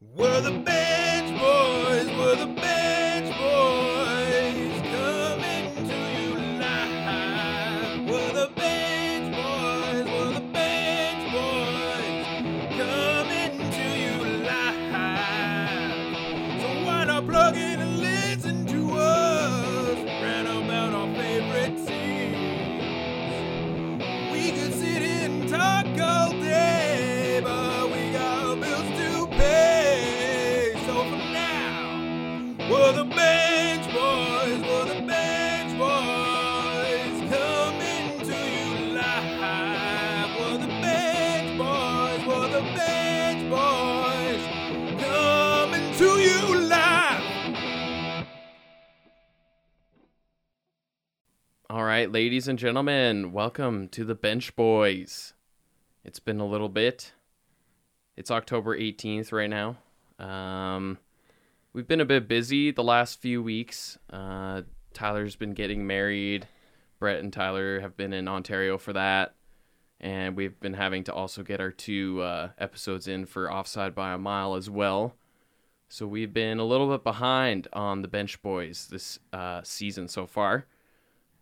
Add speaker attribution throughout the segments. Speaker 1: We're the Bench Boys. We're the Bench Boys. Coming to you live. We're the Bench Boys. We're the Bench Boys. Coming to you live. So why not plug in and listen to us? Rant about our favorite teams. We could sit and talk all day, but we got bills to pay. So for now, we're the Bench Boys. We're the Bench Boys. Coming to you live. We're the Bench Boys. We're the Bench Boys. Coming to you live.
Speaker 2: All right, ladies and gentlemen, welcome to the Bench Boys. It's been a little bit. It's October 18th right now. Um, we've been a bit busy the last few weeks. Uh, Tyler's been getting married. Brett and Tyler have been in Ontario for that. And we've been having to also get our two uh, episodes in for Offside by a Mile as well. So we've been a little bit behind on the Bench Boys this uh, season so far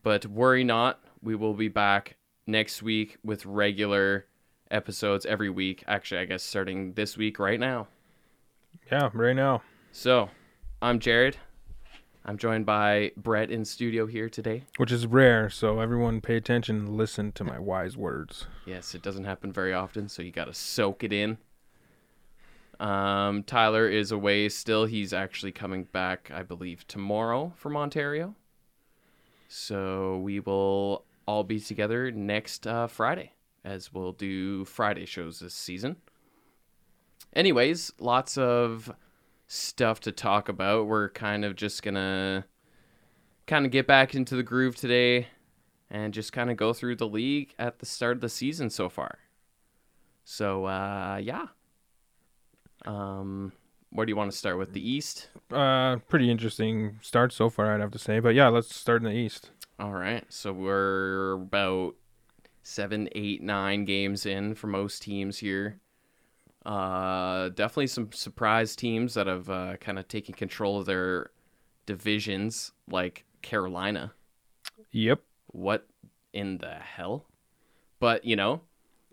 Speaker 2: but worry not we will be back next week with regular episodes every week actually i guess starting this week right now
Speaker 3: Yeah, right now.
Speaker 2: so i'm jared i'm joined by brett in studio here today
Speaker 3: Which is rare, so everyone pay attention and listen to my wise words.
Speaker 2: yes it doesn't happen very often so you gotta soak it in um tyler is away still he's actually coming back i believe tomorrow from ontario so we will all be together next uh, friday as we'll do friday shows this season anyways lots of stuff to talk about we're kind of just gonna kind of get back into the groove today and just kind of go through the league at the start of the season so far. So uh, yeah, um, where do you want to start with the East?
Speaker 3: Uh, pretty interesting start so far, I'd have to say. But yeah, let's start in the East.
Speaker 2: All right, so we're about seven, eight, nine games in for most teams here. Uh, definitely some surprise teams that have uh, kind of taken control of their divisions, like Carolina.
Speaker 3: Yep.
Speaker 2: what in the hell? But, you know,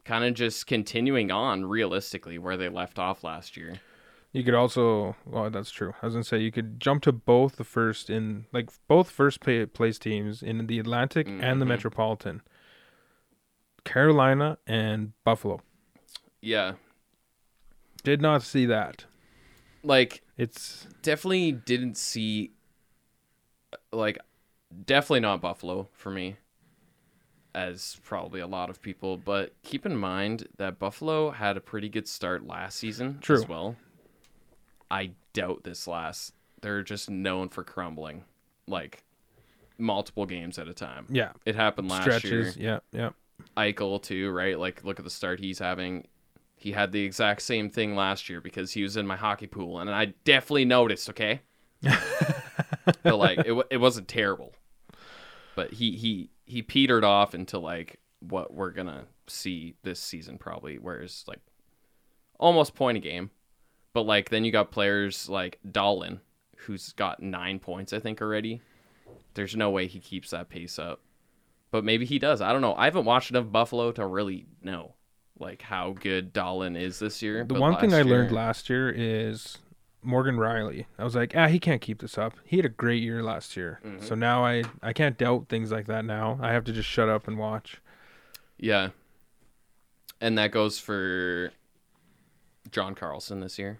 Speaker 2: kind of just continuing on realistically where they left off last year.
Speaker 3: You could also, well, that's true. I was gonna say you could jump to both the first in, like both first pla place teams in the Atlantic and the
Speaker 2: Mhm.
Speaker 3: Metropolitan, Carolina and Buffalo.
Speaker 2: Yeah.
Speaker 3: Did not see that.
Speaker 2: Like,
Speaker 3: It's
Speaker 2: definitely didn't see, like, definitely not Buffalo for me, as probably a lot of people. But keep in mind that Buffalo had a pretty good start last season
Speaker 3: True.
Speaker 2: as well. I doubt this last. They're just known for crumbling, like, multiple games at a time.
Speaker 3: yeah
Speaker 2: It happened last year.
Speaker 3: stretches. Yeah, yeah.
Speaker 2: Eichel too, right? Like look at the start he's having. He had the exact same thing last year because he was in my hockey pool, and I definitely noticed. Okay, but like it, wa- it wasn't terrible, but he he he petered off into like what we're gonna see this season probably, where it's like almost point a game, but like then you got players like Dolan, who's got nine points I think already. There's no way he keeps that pace up but maybe he does. I don't know. I haven't watched enough Buffalo to really know like how good Dolan is this year.
Speaker 3: The
Speaker 2: but
Speaker 3: one thing I
Speaker 2: last
Speaker 3: learned
Speaker 2: year-
Speaker 3: last year is Morgan Riley. I was like, ah, he can't keep this up. He had a great year last year,
Speaker 2: Mm-hmm.
Speaker 3: so now I I can't doubt things like that. Now I have to just shut up and watch.
Speaker 2: yeah, and that goes for John Carlson this year.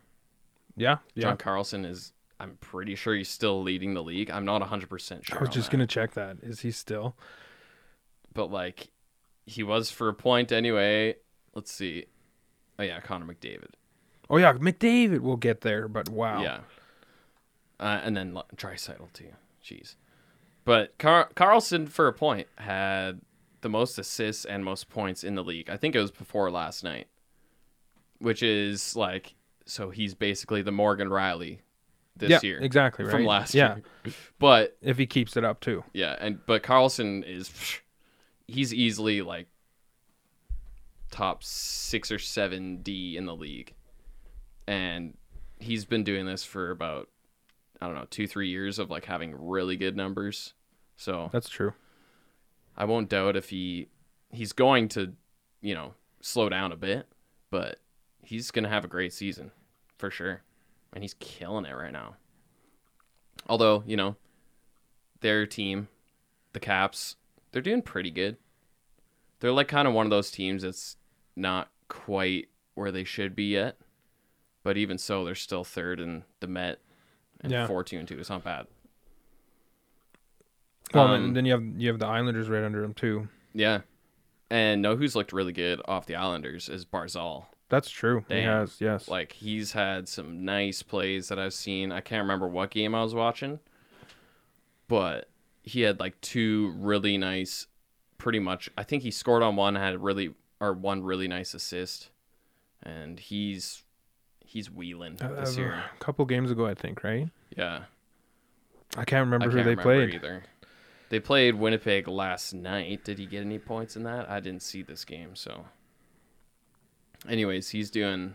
Speaker 3: Yeah, yeah.
Speaker 2: John Carlson is. I'm pretty sure he's still leading the league. I'm not 100 percent sure.
Speaker 3: I was
Speaker 2: on
Speaker 3: just
Speaker 2: that.
Speaker 3: gonna check that. Is he still?
Speaker 2: but like he was for a point anyway. Let's see. Oh yeah, Connor McDavid.
Speaker 3: Oh yeah, McDavid will get there. But wow,
Speaker 2: Yeah. Uh, and then Drysidle too. Jeez. But Car- Carlson, for a point, had the most assists and most points in the league. I think it was before last night, which is like, so he's basically the Morgan Riley this
Speaker 3: yeah,
Speaker 2: year
Speaker 3: exactly right
Speaker 2: from last
Speaker 3: yeah.
Speaker 2: year. But
Speaker 3: If he keeps it up too,
Speaker 2: yeah, and but Carlson is he's easily like top six or seven D in the league, and he's been doing this for about I don't know two three years of like having really good numbers. So
Speaker 3: That's true.
Speaker 2: I won't doubt if he he's going to you know slow down a bit, but he's gonna have a great season for sure, and he's killing it right now. Although you know their team, the Caps, they're doing pretty good. They're like kind of one of those teams that's not quite where they should be yet, but even so, they're still third in the Met and
Speaker 3: Yeah.
Speaker 2: four two and two. It's not bad.
Speaker 3: Well,
Speaker 2: Um,
Speaker 3: then, then you have you have the Islanders right under him too.
Speaker 2: Yeah. And know who's looked really good off the Islanders is Barzal.
Speaker 3: That's true. He
Speaker 2: Damn.
Speaker 3: has yes.
Speaker 2: Like he's had some nice plays that I've seen. I can't remember what game I was watching, but he had like two really nice pretty much I think he scored on one had a really or one really nice assist. And he's he's wheeling
Speaker 3: Uh,
Speaker 2: this year.
Speaker 3: A couple games ago, I think. Right.
Speaker 2: Yeah.
Speaker 3: I can't
Speaker 2: I
Speaker 3: remember
Speaker 2: can't
Speaker 3: who they
Speaker 2: remember
Speaker 3: played.
Speaker 2: either. They played Winnipeg last night. Did he get any points in that? I didn't see this game, so. Anyways, he's doing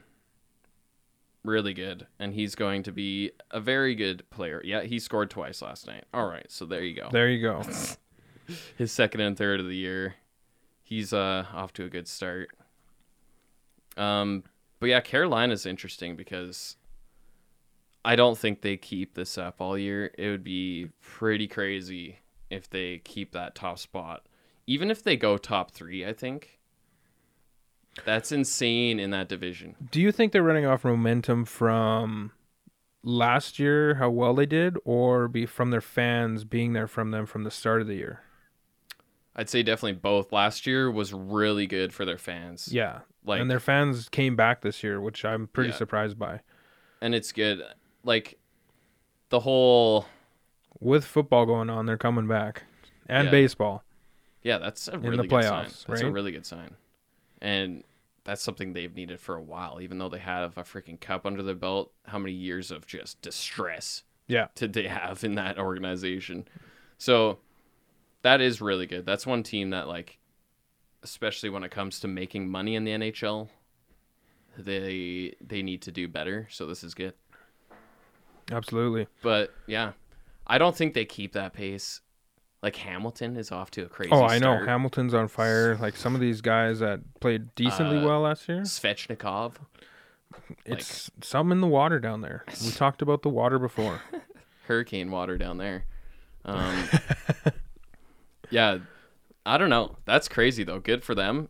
Speaker 2: really good, and he's going to be a very good player. Yeah, he scored twice last night. All right, so there you go.
Speaker 3: There you go.
Speaker 2: His second and third of the year. He's uh off to a good start. Um, but yeah, Carolina's interesting because I don't think they keep this up all year. It would be pretty crazy if they keep that top spot. Even if they go top three, I think. That's insane in that division.
Speaker 3: Do you think they're running off momentum from last year, how well they did, or be from their fans being there from them from the start of the year?
Speaker 2: I'd say definitely both. Last year was really good for their fans.
Speaker 3: Yeah.
Speaker 2: Like
Speaker 3: and their fans came back this year, which I'm pretty
Speaker 2: Yeah.
Speaker 3: surprised by.
Speaker 2: and it's good. Like the whole
Speaker 3: With football going on, they're coming back. And
Speaker 2: Yeah.
Speaker 3: baseball.
Speaker 2: Yeah, that's a
Speaker 3: the
Speaker 2: really good sign.
Speaker 3: playoffs,
Speaker 2: That's a
Speaker 3: right?
Speaker 2: really good sign. And that's something they've needed for a while, even though they have a freaking cup under their belt. How many years of just distress
Speaker 3: Yeah.
Speaker 2: did they have in that organization? So that is really good. That's one team that, like, especially when it comes to making money in the NHL, they they need to do better. So this is good.
Speaker 3: Absolutely.
Speaker 2: But yeah, I don't think they keep that pace. Like Hamilton is off to a crazy.
Speaker 3: Oh, I know.
Speaker 2: start.
Speaker 3: Hamilton's on fire. Like some of these guys that played decently
Speaker 2: Uh,
Speaker 3: well last year.
Speaker 2: Svechnikov.
Speaker 3: It's some in the water down there. We talked about the water before.
Speaker 2: hurricane water down there. Um, yeah, I don't know. That's crazy though. Good for them.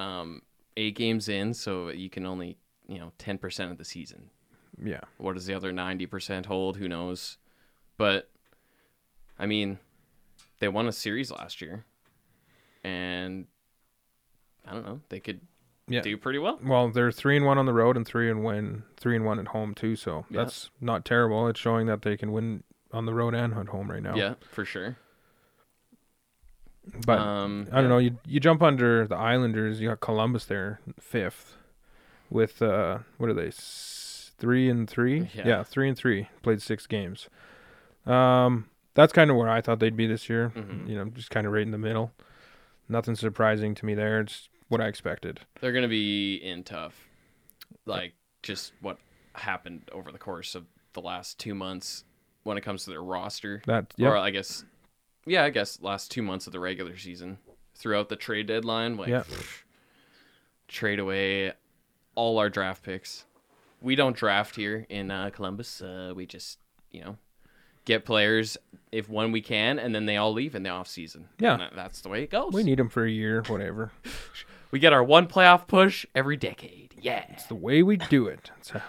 Speaker 2: Um, eight games in, so you can only you know ten percent of the season.
Speaker 3: yeah.
Speaker 2: What does the other ninety percent hold? Who knows? But I mean, they won a series last year, and I don't know. They could
Speaker 3: Yeah.
Speaker 2: do pretty well.
Speaker 3: well they're three and one on the road and three and win three and one at home too so
Speaker 2: Yeah.
Speaker 3: that's not terrible it's showing that they can win on the road and at home right now
Speaker 2: Yeah, for sure.
Speaker 3: but
Speaker 2: Um,
Speaker 3: i don't know you you jump under the islanders you got columbus there fifth with uh what are they s- three and three
Speaker 2: Yeah.
Speaker 3: three and three played six games um that's kind of where i thought they'd be this year
Speaker 2: Mhm.
Speaker 3: you know just kind of right in the middle nothing surprising to me there it's what i expected
Speaker 2: They're gonna be in tough, like just what happened over the course of the last two months when it comes to their roster,
Speaker 3: that yeah
Speaker 2: or I guess, yeah, I guess last two months of the regular season throughout the trade deadline, like
Speaker 3: Yeah.
Speaker 2: trade away all our draft picks. We don't draft here in uh, Columbus. Uh, we just you know get players if when we can, and then they all leave in the off season.
Speaker 3: Yeah.
Speaker 2: that's the way it goes.
Speaker 3: we need them for a year whatever
Speaker 2: we get our one playoff push every decade. Yeah.
Speaker 3: it's the way we do it It's-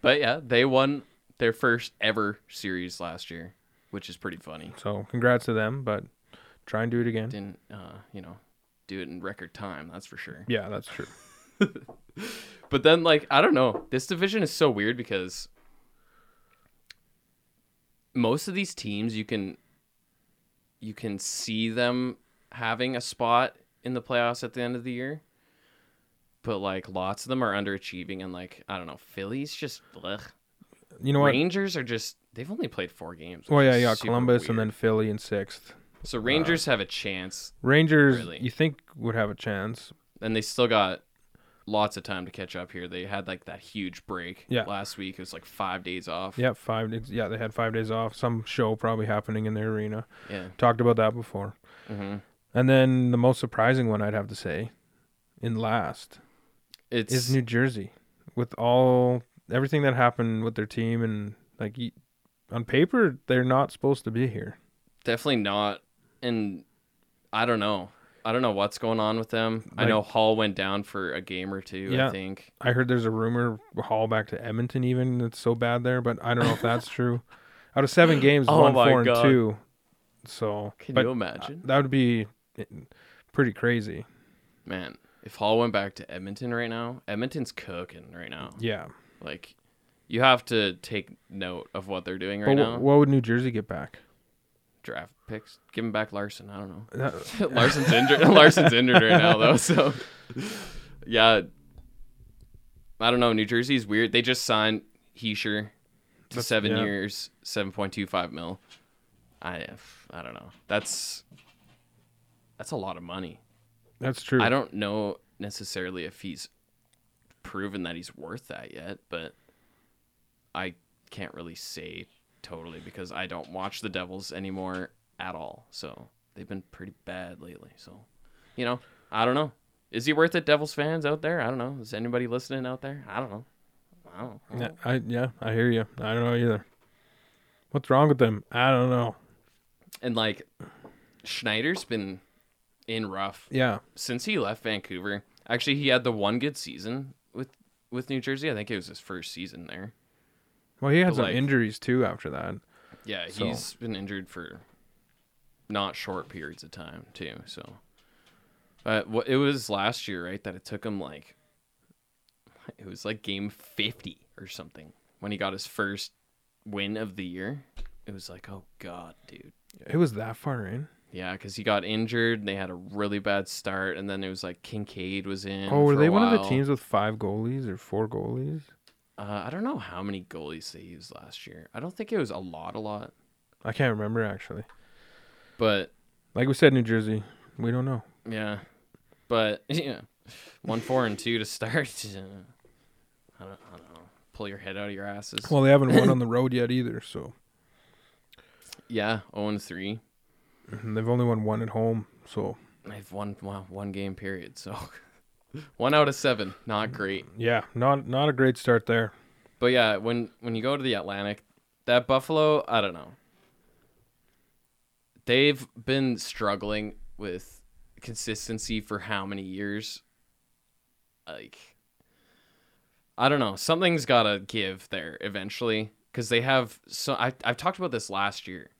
Speaker 2: But yeah, they won their first ever series last year, which is pretty funny.
Speaker 3: So congrats to them, but try and do it again.
Speaker 2: Didn't uh, you know, do it in record time, that's for sure.
Speaker 3: Yeah, that's true.
Speaker 2: But then like, I don't know. This division is so weird because most of these teams you can you can see them having a spot in the playoffs at the end of the year. But like lots of them are underachieving and like I don't know, Philly's just blech.
Speaker 3: You know what?
Speaker 2: Rangers are just they've only played four games.
Speaker 3: Well,
Speaker 2: which
Speaker 3: yeah,
Speaker 2: is
Speaker 3: yeah.
Speaker 2: super
Speaker 3: Columbus and uh,
Speaker 2: weird.
Speaker 3: then Philly in sixth.
Speaker 2: So Rangers have a chance,
Speaker 3: Rangers,
Speaker 2: Really?
Speaker 3: you think would have a chance?
Speaker 2: and they still got lots of time to catch up here. They had like that huge break
Speaker 3: Yeah.
Speaker 2: last week. It was like five days off.
Speaker 3: Yeah, five. days- Yeah, they had five days off. Some show probably happening in their arena.
Speaker 2: Yeah.
Speaker 3: Talked about that before.
Speaker 2: hmm
Speaker 3: And then the most surprising one I'd have to say, in last,
Speaker 2: It's
Speaker 3: is New Jersey, with all everything that happened with their team and like y- on paper they're not supposed to be here.
Speaker 2: definitely not. And I don't know. I don't know what's going on with them. I
Speaker 3: Like-
Speaker 2: know Hall went down for a game or two. I
Speaker 3: Yeah.
Speaker 2: think
Speaker 3: I heard there's a rumor haul back to Edmonton even it's so bad there, but I don't know if that's true. Out of seven games,
Speaker 2: Oh
Speaker 3: one
Speaker 2: my
Speaker 3: four
Speaker 2: God.
Speaker 3: and two. So
Speaker 2: Can
Speaker 3: but
Speaker 2: you imagine?
Speaker 3: that would be eh, pretty crazy.
Speaker 2: man, if Hall went back to Edmonton right now, Edmonton's cooking right now.
Speaker 3: Yeah.
Speaker 2: Like, you have to take note of what they're doing
Speaker 3: but
Speaker 2: right
Speaker 3: wh-
Speaker 2: now.
Speaker 3: what would New Jersey get back?
Speaker 2: Draft picks, give him back Larson. I don't know.
Speaker 3: That-
Speaker 2: Larson's injured. Larson's injured right now though, so yeah. I don't know. New Jersey's weird. They just signed Heisher to
Speaker 3: That's-
Speaker 2: seven
Speaker 3: yeah.
Speaker 2: years, seven point two five mil. I I don't know. That's that's a lot of money.
Speaker 3: that's true.
Speaker 2: I don't know necessarily if he's proven that he's worth that yet, but I can't really say totally because I don't watch the Devils anymore at all. So they've been pretty bad lately. So, you know, I don't know. Is he worth it, Devils fans out there? I don't know. Is anybody listening out there? I don't know. I don't know.
Speaker 3: Yeah, I yeah, I hear you. I don't know either. What's wrong with them? I don't know.
Speaker 2: And like, Schneider's been in rough
Speaker 3: Yeah.
Speaker 2: since he left Vancouver, actually he had the one good season with with New Jersey. I think it was his first season there.
Speaker 3: Well, he had
Speaker 2: But,
Speaker 3: some
Speaker 2: like-
Speaker 3: injuries too after that.
Speaker 2: Yeah,
Speaker 3: So-
Speaker 2: he's been injured for not short periods of time too. So, but what it was last year, right? That it took him like it was like game fifty or something when he got his first win of the year. It was like, oh god, dude.
Speaker 3: It was that far in.
Speaker 2: Yeah, because he got injured. And they had a really bad start, and then it was like Kincaid was in.
Speaker 3: Oh, were
Speaker 2: for a
Speaker 3: they one of the
Speaker 2: while.
Speaker 3: teams with five goalies or four goalies?
Speaker 2: Uh, I don't know how many goalies they used last year. I don't think it was a lot, a lot.
Speaker 3: I can't remember actually.
Speaker 2: But
Speaker 3: Like we said, New Jersey, we don't know.
Speaker 2: yeah, but yeah, one, four, and two to start. uh, I don't, I don't know. Pull your head out of your asses.
Speaker 3: Well, they haven't won on the road yet either, so
Speaker 2: yeah, zero and three.
Speaker 3: and Mm-hmm. they've only won one at home. So
Speaker 2: I've won wow, one game period. So one out of seven, not great.
Speaker 3: yeah, not not a great start there.
Speaker 2: But yeah, when when you go to the Atlantic, that Buffalo, I don't know. They've been struggling with consistency for how many years? Like I don't know. Something's got to give there eventually cuz they have so I I've talked about this last year.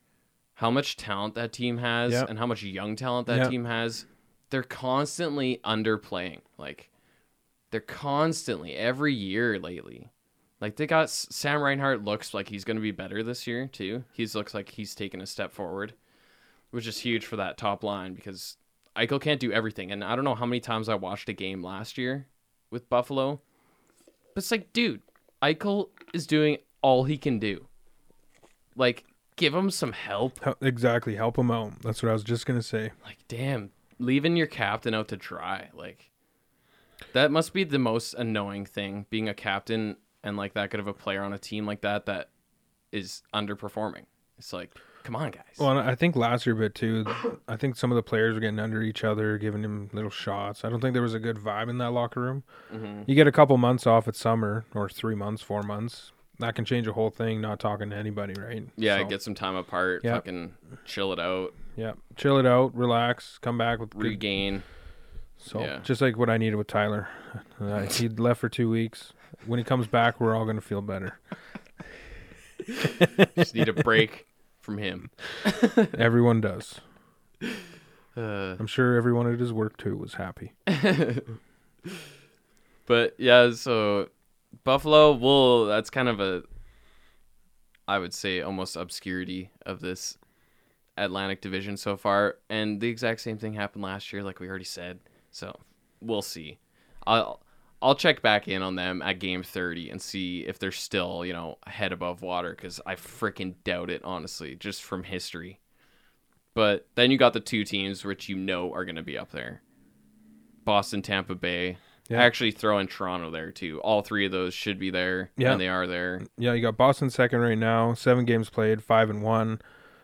Speaker 2: How much talent that team has
Speaker 3: Yep.
Speaker 2: and how much young talent that
Speaker 3: Yep.
Speaker 2: team has. They're constantly underplaying. Like they're constantly every year lately. Like they got S- Sam Reinhart looks like he's going to be better this year too. He's looks like he's taken a step forward, which is huge for that top line because Eichel can't do everything. And I don't know how many times I watched a game last year with Buffalo, but it's like, dude, Eichel is doing all he can do. Like, give him some help.
Speaker 3: Hel- exactly, help them out. That's what I was just gonna say.
Speaker 2: Like, damn, leaving your captain out to dry. Like, that must be the most annoying thing being a captain and like that good of a player on a team like that that is underperforming. It's like, come on, guys.
Speaker 3: Well, and I think last year, a bit too. I think some of the players were getting under each other, giving him little shots. I don't think there was a good vibe in that locker room.
Speaker 2: Mm-hmm.
Speaker 3: You get a couple months off at summer, or three months, four months. That can change a whole thing. Not talking to anybody, right?
Speaker 2: yeah,
Speaker 3: So,
Speaker 2: get some time apart.
Speaker 3: Yeah.
Speaker 2: Fucking chill it out.
Speaker 3: yeah. Chill it out, relax, come back with good.
Speaker 2: Regain.
Speaker 3: So
Speaker 2: yeah.
Speaker 3: just like what I needed with Tyler, uh, he left for two weeks. When he comes back, we're all gonna feel better.
Speaker 2: Just need a break from him.
Speaker 3: Everyone does.
Speaker 2: Uh,
Speaker 3: I'm sure everyone at his work too was happy.
Speaker 2: but yeah, so Buffalo, well, that's kind of a, I would say, almost obscurity of this Atlantic division so far. And the exact same thing happened last year, like we already said. So we'll see. I'll I'll check back in on them at game 30 and see if they're still, you know, head above water because I freaking doubt it, honestly, just from history. But then you got the two teams which you know are going to be up there Boston, Tampa Bay,
Speaker 3: Yeah.
Speaker 2: Actually, throw in Toronto there too. All three of those should be there,
Speaker 3: Yeah.
Speaker 2: and they are there.
Speaker 3: Yeah, you got Boston second right now, seven games played, five and one,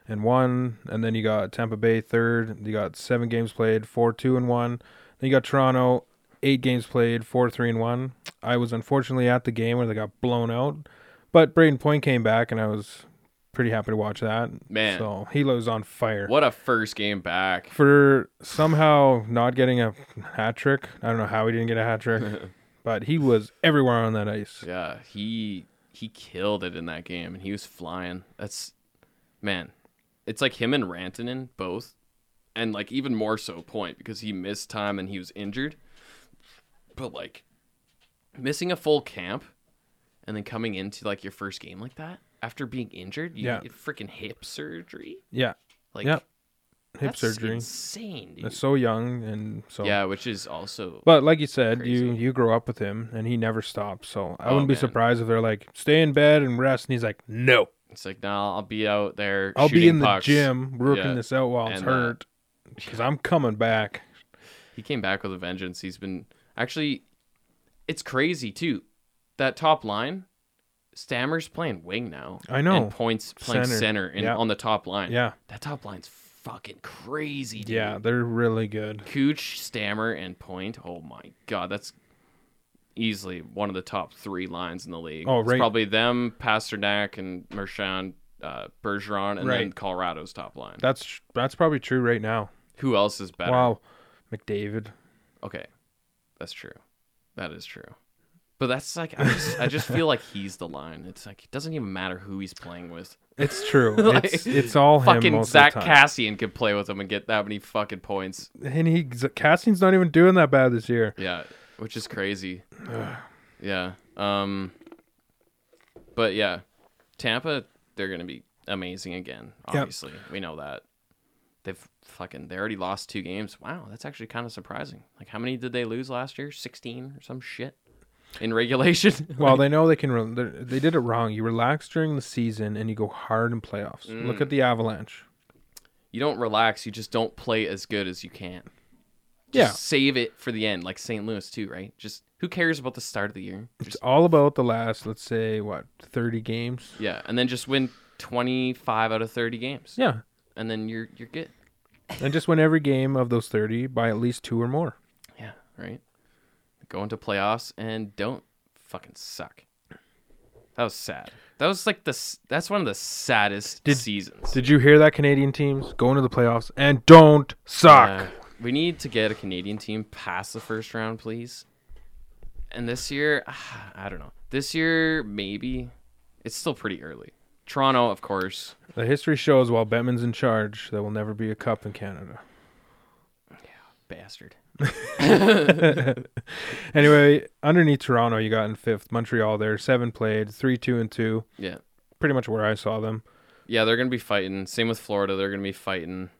Speaker 3: and one, and then you got Tampa Bay third. You got seven games played, four two and one. Then you got Toronto, eight games played, four three and one. I was unfortunately at the game where they got blown out, but Braden Point came back, and I was pretty happy to watch that.
Speaker 2: Man.
Speaker 3: so Helo's on fire.
Speaker 2: What a first game back!
Speaker 3: For somehow not getting a hat trick, I don't know how he didn't get a hat trick, but he was everywhere on that ice.
Speaker 2: Yeah, he he killed it in that game, and he was flying. That's man, it's like him and Rantanen both, and like even more so Point because he missed time and he was injured. But like missing a full camp, and then coming into like your first game like that after being injured, you
Speaker 3: Yeah.
Speaker 2: get freaking hip surgery.
Speaker 3: Yeah,
Speaker 2: Like
Speaker 3: Yep. hip
Speaker 2: that's
Speaker 3: surgery.
Speaker 2: insane, dude.
Speaker 3: That's so young and so
Speaker 2: yeah, which is also
Speaker 3: But like you said, you
Speaker 2: Crazy.
Speaker 3: you grow up with him and he never stops. So I
Speaker 2: Oh,
Speaker 3: wouldn't be
Speaker 2: man.
Speaker 3: surprised if they're like, stay in bed and rest, and he's like, no,
Speaker 2: it's like nah, I'll be out there.
Speaker 3: I'll be
Speaker 2: shooting
Speaker 3: in the
Speaker 2: pucks."
Speaker 3: gym working
Speaker 2: Yeah.
Speaker 3: this out while it's
Speaker 2: And, uh,
Speaker 3: hurt because I'm coming back.
Speaker 2: He came back with a vengeance. He's been actually, it's crazy too. That top line, Stammer's playing wing now.
Speaker 3: I know.
Speaker 2: And points playing
Speaker 3: Center.
Speaker 2: center, and
Speaker 3: Yeah.
Speaker 2: on the top line.
Speaker 3: Yeah,
Speaker 2: That top line's fucking crazy. Dude.
Speaker 3: yeah, they're really good.
Speaker 2: Cooch, Stammer, and Point. Oh my god, that's easily one of the top three lines in the league.
Speaker 3: Oh,
Speaker 2: It's
Speaker 3: right.
Speaker 2: probably them, Pasternak, and Marchand, uh, Bergeron, and then
Speaker 3: Right.
Speaker 2: Colorado's top line.
Speaker 3: That's tr- that's probably true right now.
Speaker 2: Who else is better?
Speaker 3: Wow, McDavid.
Speaker 2: Okay, that's true. That is true. But that's like I just I just feel like he's the line. It's like it doesn't even matter who he's playing with.
Speaker 3: It's true.
Speaker 2: Like,
Speaker 3: it's it's all him
Speaker 2: fucking
Speaker 3: most
Speaker 2: Zach
Speaker 3: of the time.
Speaker 2: Cassian could play with him and get that many fucking points.
Speaker 3: and he Cassian's not even doing that bad this year.
Speaker 2: Yeah, which is crazy. yeah. Um. But yeah, Tampa, they're gonna be amazing again. Obviously, we know that. They've fucking they already lost two games. Wow, that's actually kind of surprising. Like, how many did they lose last year? Sixteen or some shit in regulation.
Speaker 3: Well, they know they can. Re- they're- they did it wrong. You relax during the season and you go hard in playoffs.
Speaker 2: Mm.
Speaker 3: Look at the Avalanche.
Speaker 2: you don't relax. You just don't play as good as you can.
Speaker 3: Yeah.
Speaker 2: Just save it for the end, like St. Louis too, right? Just who cares about the start of the year?
Speaker 3: It's all about the last, let's say, what, 30 games?
Speaker 2: Yeah, and then just win twenty five out of thirty games.
Speaker 3: Yeah.
Speaker 2: and then you're you're good.
Speaker 3: And just win every game of those 30 by at least two or more.
Speaker 2: Yeah, right. Go into playoffs and don't fucking suck. That was sad. That was like the s- that's one of the saddest
Speaker 3: Did-
Speaker 2: seasons.
Speaker 3: Did you hear that, Canadian teams? Go into the playoffs and don't
Speaker 2: Yeah.
Speaker 3: suck.
Speaker 2: we need to get a Canadian team past the first round, please. And this year, I don't know. This year, maybe it's still pretty early. Toronto, of course.
Speaker 3: The history shows while Bettman's in charge, there will never be a cup in Canada.
Speaker 2: Bastard.
Speaker 3: Anyway, underneath Toronto, you got in fifth. Montreal there, seven played, three, two, and two.
Speaker 2: Yeah.
Speaker 3: Pretty much where I saw them.
Speaker 2: Yeah, they're gonna be fighting. Same with Florida, they're gonna be fighting.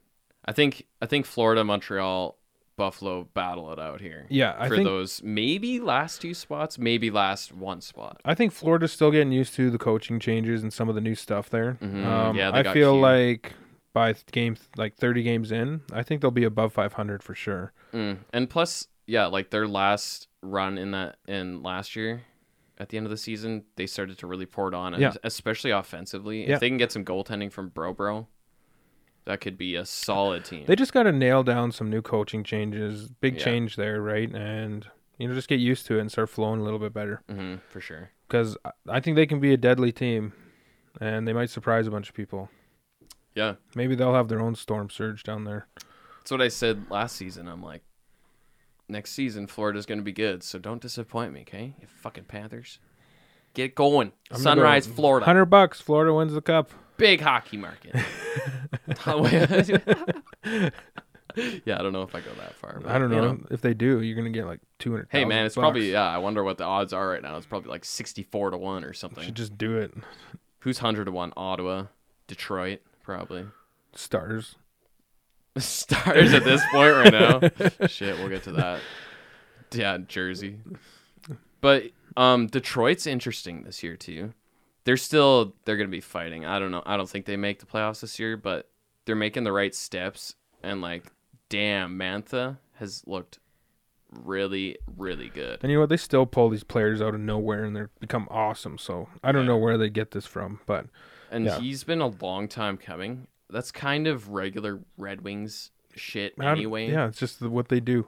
Speaker 2: I think I think Florida, Montreal, Buffalo battle it out here.
Speaker 3: Yeah, I
Speaker 2: for
Speaker 3: think
Speaker 2: those maybe last two spots, maybe last one spot.
Speaker 3: I think Florida's still getting used to the coaching changes and some of the new stuff there.
Speaker 2: Mhm,
Speaker 3: Um,
Speaker 2: yeah, they
Speaker 3: I
Speaker 2: got
Speaker 3: feel
Speaker 2: cute.
Speaker 3: like by th- game like 30 games in, I think they'll be above 500 for sure.
Speaker 2: Mm. And plus, yeah, like their last run in that in last year, at the end of the season, they started to really pour it on, and
Speaker 3: Yeah.
Speaker 2: especially offensively.
Speaker 3: Yeah.
Speaker 2: If they can get some goaltending from Bro Bro, that could be a solid team.
Speaker 3: They just got to nail down some new coaching changes, big
Speaker 2: Yeah.
Speaker 3: change there, right? And you know, just get used to it and start flowing a little bit better
Speaker 2: hmm for sure.
Speaker 3: because I think they can be a deadly team, and they might surprise a bunch of people.
Speaker 2: Yeah,
Speaker 3: Maybe they'll have their own storm surge down there.
Speaker 2: that's what I said last season. I'm like, next season Florida's going to be good, so don't disappoint me, okay? You fucking Panthers, get it going.
Speaker 3: I'm gonna go
Speaker 2: Sunrise, Florida.
Speaker 3: Hundred bucks, Florida wins the cup.
Speaker 2: big hockey market. yeah, I don't know if I go that far. but,
Speaker 3: I don't
Speaker 2: you
Speaker 3: know, if they do. You're gonna get like two hundred.
Speaker 2: Hey man, it's probably yeah. I wonder what the odds are right now. It's probably like sixty-four to one or something.
Speaker 3: should just do it.
Speaker 2: Who's hundred to one? Ottawa, Detroit, probably.
Speaker 3: Stars.
Speaker 2: Stars at this point right now. Shit, we'll get to that. Yeah, Jersey. But um, Detroit's interesting this year too. They're still they're gonna be fighting. I don't know. I don't think they make the playoffs this year, but they're making the right steps. And like, damn, Mantha has looked really, really good.
Speaker 3: And you know what? They still pull these players out of nowhere and they become awesome. So I don't know where they get this from, but
Speaker 2: And
Speaker 3: Yeah.
Speaker 2: he's been a long time coming. That's kind of regular Red Wings shit
Speaker 3: I don't-
Speaker 2: anyway.
Speaker 3: yeah, it's just the, what they do.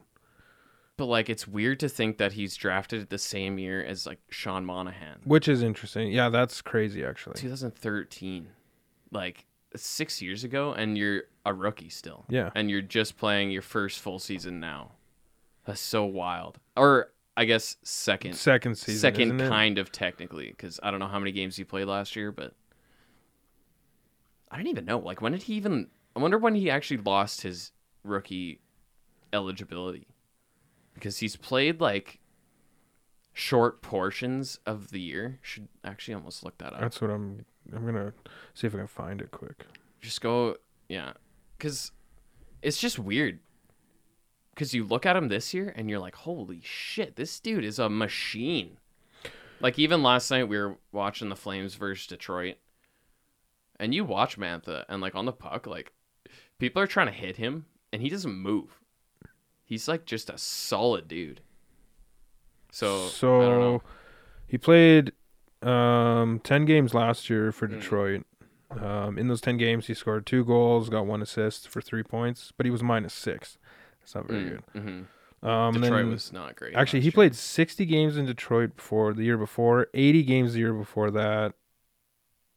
Speaker 2: But like it's weird to think that he's drafted the same year as like Sean Monahan.
Speaker 3: Which is interesting. Yeah, that's crazy actually.
Speaker 2: 2013. Like six years ago and you're a rookie still.
Speaker 3: Yeah.
Speaker 2: And you're just playing your first full season now. That's so wild. Or I guess second.
Speaker 3: Second season.
Speaker 2: 2nd
Speaker 3: isn't it?
Speaker 2: kind of technically, because I don't know how many games he played last year, but I don't even know. Like, when did he even? I wonder when he actually lost his rookie eligibility, because he's played like short portions of the year. Should actually almost look that up.
Speaker 3: That's what I'm I'm gonna see if I can find it quick.
Speaker 2: Just go, yeah, because it's just weird. Because you look at him this year and you're like, holy shit, this dude is a machine. Like, even last night we were watching the Flames versus Detroit, and you watch Mantha, and like on the puck, like people are trying to hit him, and he doesn't move. He's like just a solid dude. So,
Speaker 3: so
Speaker 2: I don't know.
Speaker 3: he played um, 10 games last year
Speaker 2: Hmm.
Speaker 3: for Detroit. Um, in those 10 games, he scored two goals, got one assist for three points, but he was minus six. That's not very good.
Speaker 2: Mhm.
Speaker 3: Um, and
Speaker 2: Detroit
Speaker 3: then-
Speaker 2: was not great.
Speaker 3: actually,
Speaker 2: last
Speaker 3: he
Speaker 2: year.
Speaker 3: played 60 games in Detroit before the year before, 80 games the year before that.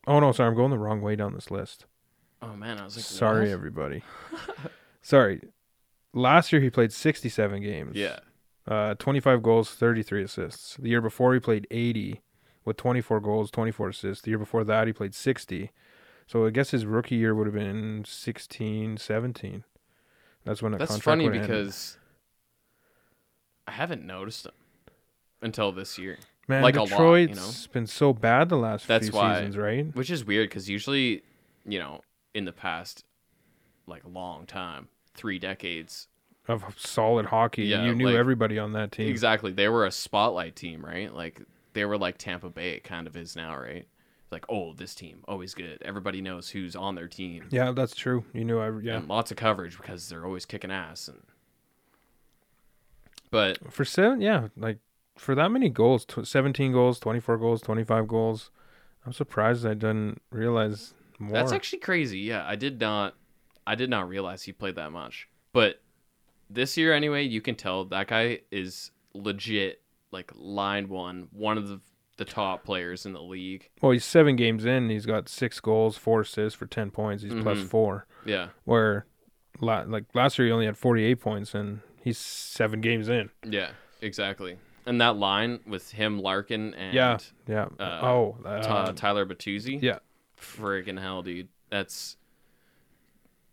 Speaker 3: Oh, no, sorry. I'm going the wrong way down this list.
Speaker 2: Oh man, I was like,
Speaker 3: sorry,
Speaker 2: what?
Speaker 3: everybody. sorry. Last year, he played 67 games
Speaker 2: Yeah.
Speaker 3: uh, 25 goals, 33 assists. The year before, he played 80 with 24 goals, 24 assists. The year before that, he played 60. So I guess his rookie year would have been 16, 17. That's when the
Speaker 2: That's
Speaker 3: contract
Speaker 2: funny
Speaker 3: would end.
Speaker 2: because I haven't noticed him until this year,
Speaker 3: man,
Speaker 2: like a lot, you
Speaker 3: Detroit's
Speaker 2: know?
Speaker 3: been so bad the last
Speaker 2: That's
Speaker 3: few
Speaker 2: why-
Speaker 3: seasons, right?
Speaker 2: which is weird because usually, you know, in the past, like long time, three decades,
Speaker 3: Of solid hockey,
Speaker 2: Yeah,
Speaker 3: you knew
Speaker 2: like-
Speaker 3: everybody on that team.
Speaker 2: exactly, they were a spotlight team, right? Like they were like Tampa Bay kind of is now, right? Like, oh, this team always good. Everybody knows who's on their team.
Speaker 3: Yeah, that's true. You knew I yeah.
Speaker 2: And lots of coverage because they're always kicking ass and. But
Speaker 3: For seven, yeah, like for that many goals, tw- 17 goals, 24 goals, 25 goals. I'm surprised I didn't realize more.
Speaker 2: That's actually crazy. Yeah, I did not I did not realize he played that much. But this year anyway, you can tell that guy is legit like line one, one of the the top players in the league.
Speaker 3: Well, he's seven games in. and He's got six goals, four assists for ten points. He's plus
Speaker 2: Mhm.
Speaker 3: four.
Speaker 2: Yeah.
Speaker 3: Where, la- like last year, he only had forty-eight points, and he's seven games in.
Speaker 2: Yeah, exactly. And that line with him, Larkin and
Speaker 3: yeah, yeah.
Speaker 2: uh,
Speaker 3: oh,
Speaker 2: Ta-
Speaker 3: uh,
Speaker 2: Tyler Batuzzi.
Speaker 3: yeah.
Speaker 2: Friggin' hell, dude. That's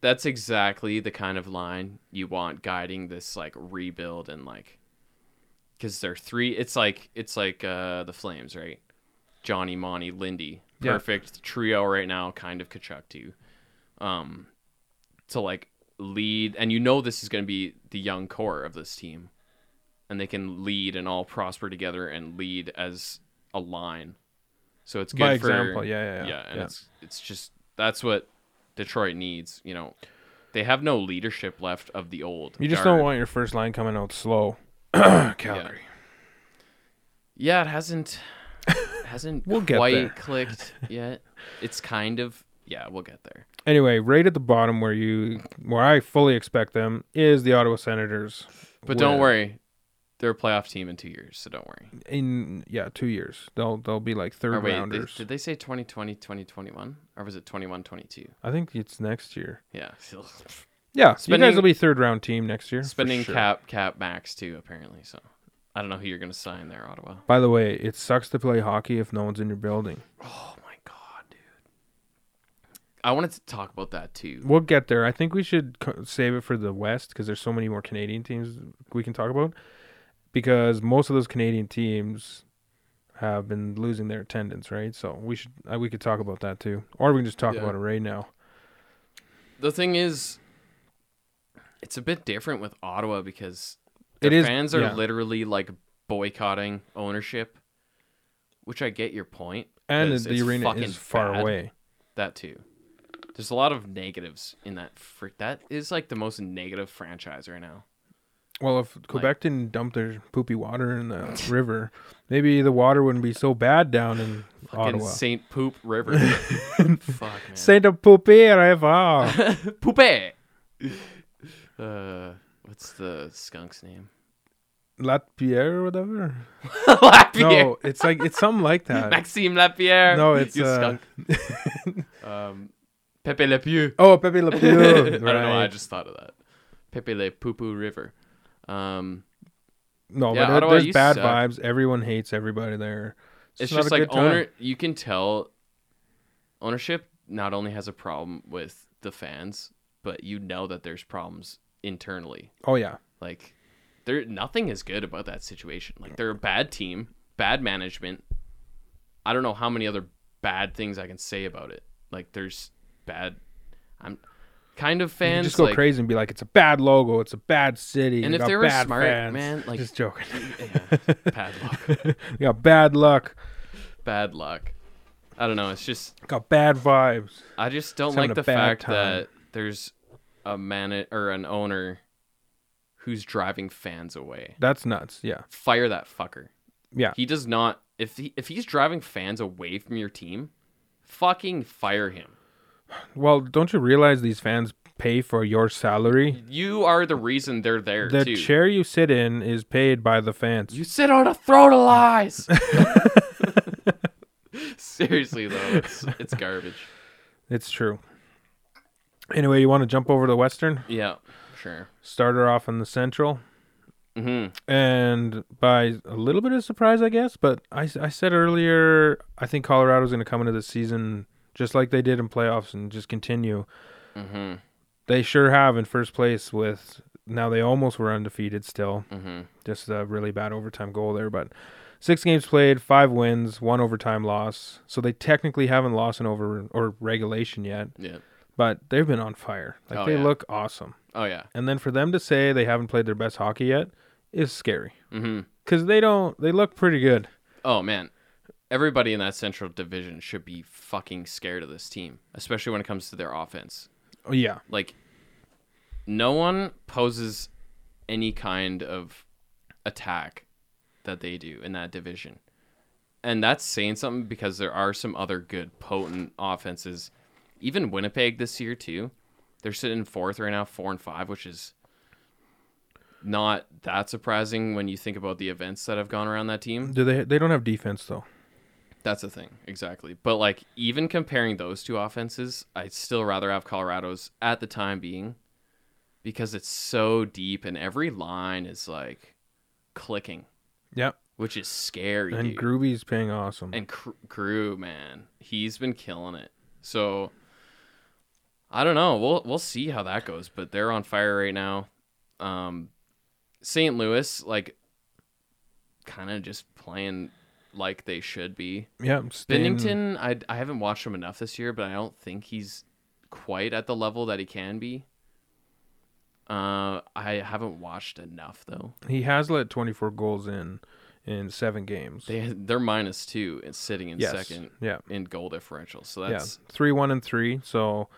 Speaker 2: that's exactly the kind of line you want guiding this like rebuild and like because they're three. It's like it's like uh the Flames, right? Johnny, Monty, Lindy,
Speaker 3: Yeah.
Speaker 2: perfect trio right now. Kind of Kachuk too. Um, to like lead, and you know this is going to be the young core of this team, and they can lead and all prosper together and lead as a line. So it's good
Speaker 3: by
Speaker 2: for
Speaker 3: example, yeah, yeah, yeah.
Speaker 2: yeah, and it's it's just that's what Detroit needs. You know, they have no leadership left of the old.
Speaker 3: you just
Speaker 2: guard.
Speaker 3: don't want your first line coming out slow. Calgary.
Speaker 2: Yeah, it hasn't hasn't
Speaker 3: We'll get
Speaker 2: quite
Speaker 3: there.
Speaker 2: clicked yet. It's kind of yeah, we'll get there.
Speaker 3: Anyway, right at the bottom where you where I fully expect them is the Ottawa Senators.
Speaker 2: But don't
Speaker 3: Where-
Speaker 2: worry, they're a playoff team in two years, so don't worry.
Speaker 3: In yeah, two years they'll they'll be like third
Speaker 2: Or Oh, wait, they,
Speaker 3: rounders.
Speaker 2: did they say 2020, 2021? Or was it 21, 22?
Speaker 3: I think it's next year.
Speaker 2: Yeah.
Speaker 3: Yeah, you
Speaker 2: Spending-
Speaker 3: guys will be third round team next year. for
Speaker 2: Spending
Speaker 3: sure.
Speaker 2: cap cap max too, apparently. So I don't know who you're gonna sign there, Ottawa.
Speaker 3: By the way, it sucks to play hockey if no one's in your building.
Speaker 2: Oh my god, dude. I wanted to talk about that too.
Speaker 3: We'll get there. I think we should co- save it for the West because there's so many more Canadian teams we can talk about. Because most of those Canadian teams have been losing their attendance, right? So we should uh, we could talk about that too, or we can just talk
Speaker 2: Yeah.
Speaker 3: about it right now.
Speaker 2: The thing is, it's a bit different with Ottawa because
Speaker 3: It
Speaker 2: their
Speaker 3: is-
Speaker 2: fans are
Speaker 3: yeah.
Speaker 2: literally like boycotting ownership, which I get your point.
Speaker 3: And
Speaker 2: 'cause
Speaker 3: the
Speaker 2: it's
Speaker 3: arena
Speaker 2: fucking
Speaker 3: is far
Speaker 2: bad.
Speaker 3: away.
Speaker 2: That too. There's a lot of negatives in that. Fr- that is like the most negative franchise right now.
Speaker 3: Well, if Quebec didn't dump their poopy water in the river, maybe the water wouldn't be so bad down in
Speaker 2: Fucking
Speaker 3: Ottawa.
Speaker 2: Saint Poop River. Fuck man.
Speaker 3: Saint a poopy river.
Speaker 2: Poopé. Uh, what's the skunk's name?
Speaker 3: Lapierre or whatever.
Speaker 2: Lapierre.
Speaker 3: No, it's like it's something like that.
Speaker 2: Maxime Lapierre.
Speaker 3: No, it's
Speaker 2: you
Speaker 3: uh,
Speaker 2: skunk. um, Pepe Le Pew.
Speaker 3: oh Pepe Le Pew.
Speaker 2: I
Speaker 3: Right.
Speaker 2: don't know. I just thought of that. Pepe Le Poo Poo River. Um,
Speaker 3: no,
Speaker 2: Yeah,
Speaker 3: but
Speaker 2: Ottawa,
Speaker 3: there's
Speaker 2: you
Speaker 3: bad
Speaker 2: suck.
Speaker 3: vibes. Everyone hates everybody there.
Speaker 2: it's
Speaker 3: not
Speaker 2: just
Speaker 3: a
Speaker 2: like
Speaker 3: good time.
Speaker 2: owner. You can tell ownership not only has a problem with the fans, but you know that there's problems internally.
Speaker 3: Oh yeah,
Speaker 2: Like there nothing is good about that situation. Like they're a bad team, bad management. I don't know how many other bad things I can say about it. Like there's bad I'm kind of
Speaker 3: you
Speaker 2: fans
Speaker 3: just go
Speaker 2: like,
Speaker 3: crazy and be like, it's a bad logo. It's a bad city.
Speaker 2: And
Speaker 3: they
Speaker 2: if
Speaker 3: got
Speaker 2: they were
Speaker 3: bad
Speaker 2: smart,
Speaker 3: fans."
Speaker 2: man, like-
Speaker 3: just joking.
Speaker 2: yeah, bad luck.
Speaker 3: We got bad luck.
Speaker 2: Bad luck. I don't know, it's just
Speaker 3: Got bad vibes.
Speaker 2: I just don't
Speaker 3: It's having
Speaker 2: like
Speaker 3: a
Speaker 2: the
Speaker 3: bad
Speaker 2: fact
Speaker 3: time.
Speaker 2: that there's a man or an owner who's driving fans away.
Speaker 3: That's nuts. Yeah,
Speaker 2: Fire that fucker.
Speaker 3: yeah.
Speaker 2: He does not. If he, if he's driving fans away from your team, fucking fire him.
Speaker 3: Well, don't you realize these fans pay for your salary?
Speaker 2: You are the reason they're there
Speaker 3: The
Speaker 2: too.
Speaker 3: chair you sit in is paid by the fans.
Speaker 2: you sit on a throne of lies. Seriously though, it's it's garbage.
Speaker 3: It's true. Anyway, you want to jump over to the Western?
Speaker 2: Yeah, sure.
Speaker 3: Start her off in the Central.
Speaker 2: hmm
Speaker 3: And by a little bit of surprise, I guess, but I, I said earlier, I think Colorado's going to come into the season just like they did in playoffs and just continue.
Speaker 2: hmm
Speaker 3: They sure have in first place with now they almost were undefeated still.
Speaker 2: hmm
Speaker 3: Just a really bad overtime goal there, but six games played, five wins, one overtime loss. So they technically haven't lost an over or regulation yet,
Speaker 2: Yeah.
Speaker 3: but they've been on fire. Like
Speaker 2: Oh,
Speaker 3: they
Speaker 2: yeah.
Speaker 3: look awesome.
Speaker 2: Oh yeah.
Speaker 3: And then for them to say they haven't played their best hockey yet is scary
Speaker 2: hmm
Speaker 3: because they don't. They look pretty good.
Speaker 2: Oh man, everybody in that Central Division should be fucking scared of this team, especially when it comes to their offense.
Speaker 3: Oh, yeah,
Speaker 2: like no one poses any kind of attack that they do in that division and that's saying something because there are some other good potent offenses even winnipeg this year too they're sitting fourth right now four and five which is not that surprising when you think about the events that have gone around that team
Speaker 3: do they? They don't have defense though.
Speaker 2: that's the thing, exactly. But like even comparing those two offenses, I'd still rather have Colorado's at the time being because it's so deep and every line is like clicking,
Speaker 3: Yep,
Speaker 2: which is scary.
Speaker 3: and
Speaker 2: dude.
Speaker 3: Groovy's paying awesome.
Speaker 2: and Cr- Crew, man, he's been killing it. So I don't know. We'll we'll see how that goes, but they're on fire right now. Um, St. Louis, like, kind of just playing like they should be.
Speaker 3: yeah, staying-
Speaker 2: Bennington, I, I haven't watched him enough this year, but I don't think he's quite at the level that he can be. Uh, I haven't watched enough though.
Speaker 3: He has let 24 goals in in seven games.
Speaker 2: They they're minus two and sitting in
Speaker 3: yes.
Speaker 2: second
Speaker 3: Yeah.
Speaker 2: in goal differential. So
Speaker 3: Yeah.
Speaker 2: that's
Speaker 3: Three, one, and three. So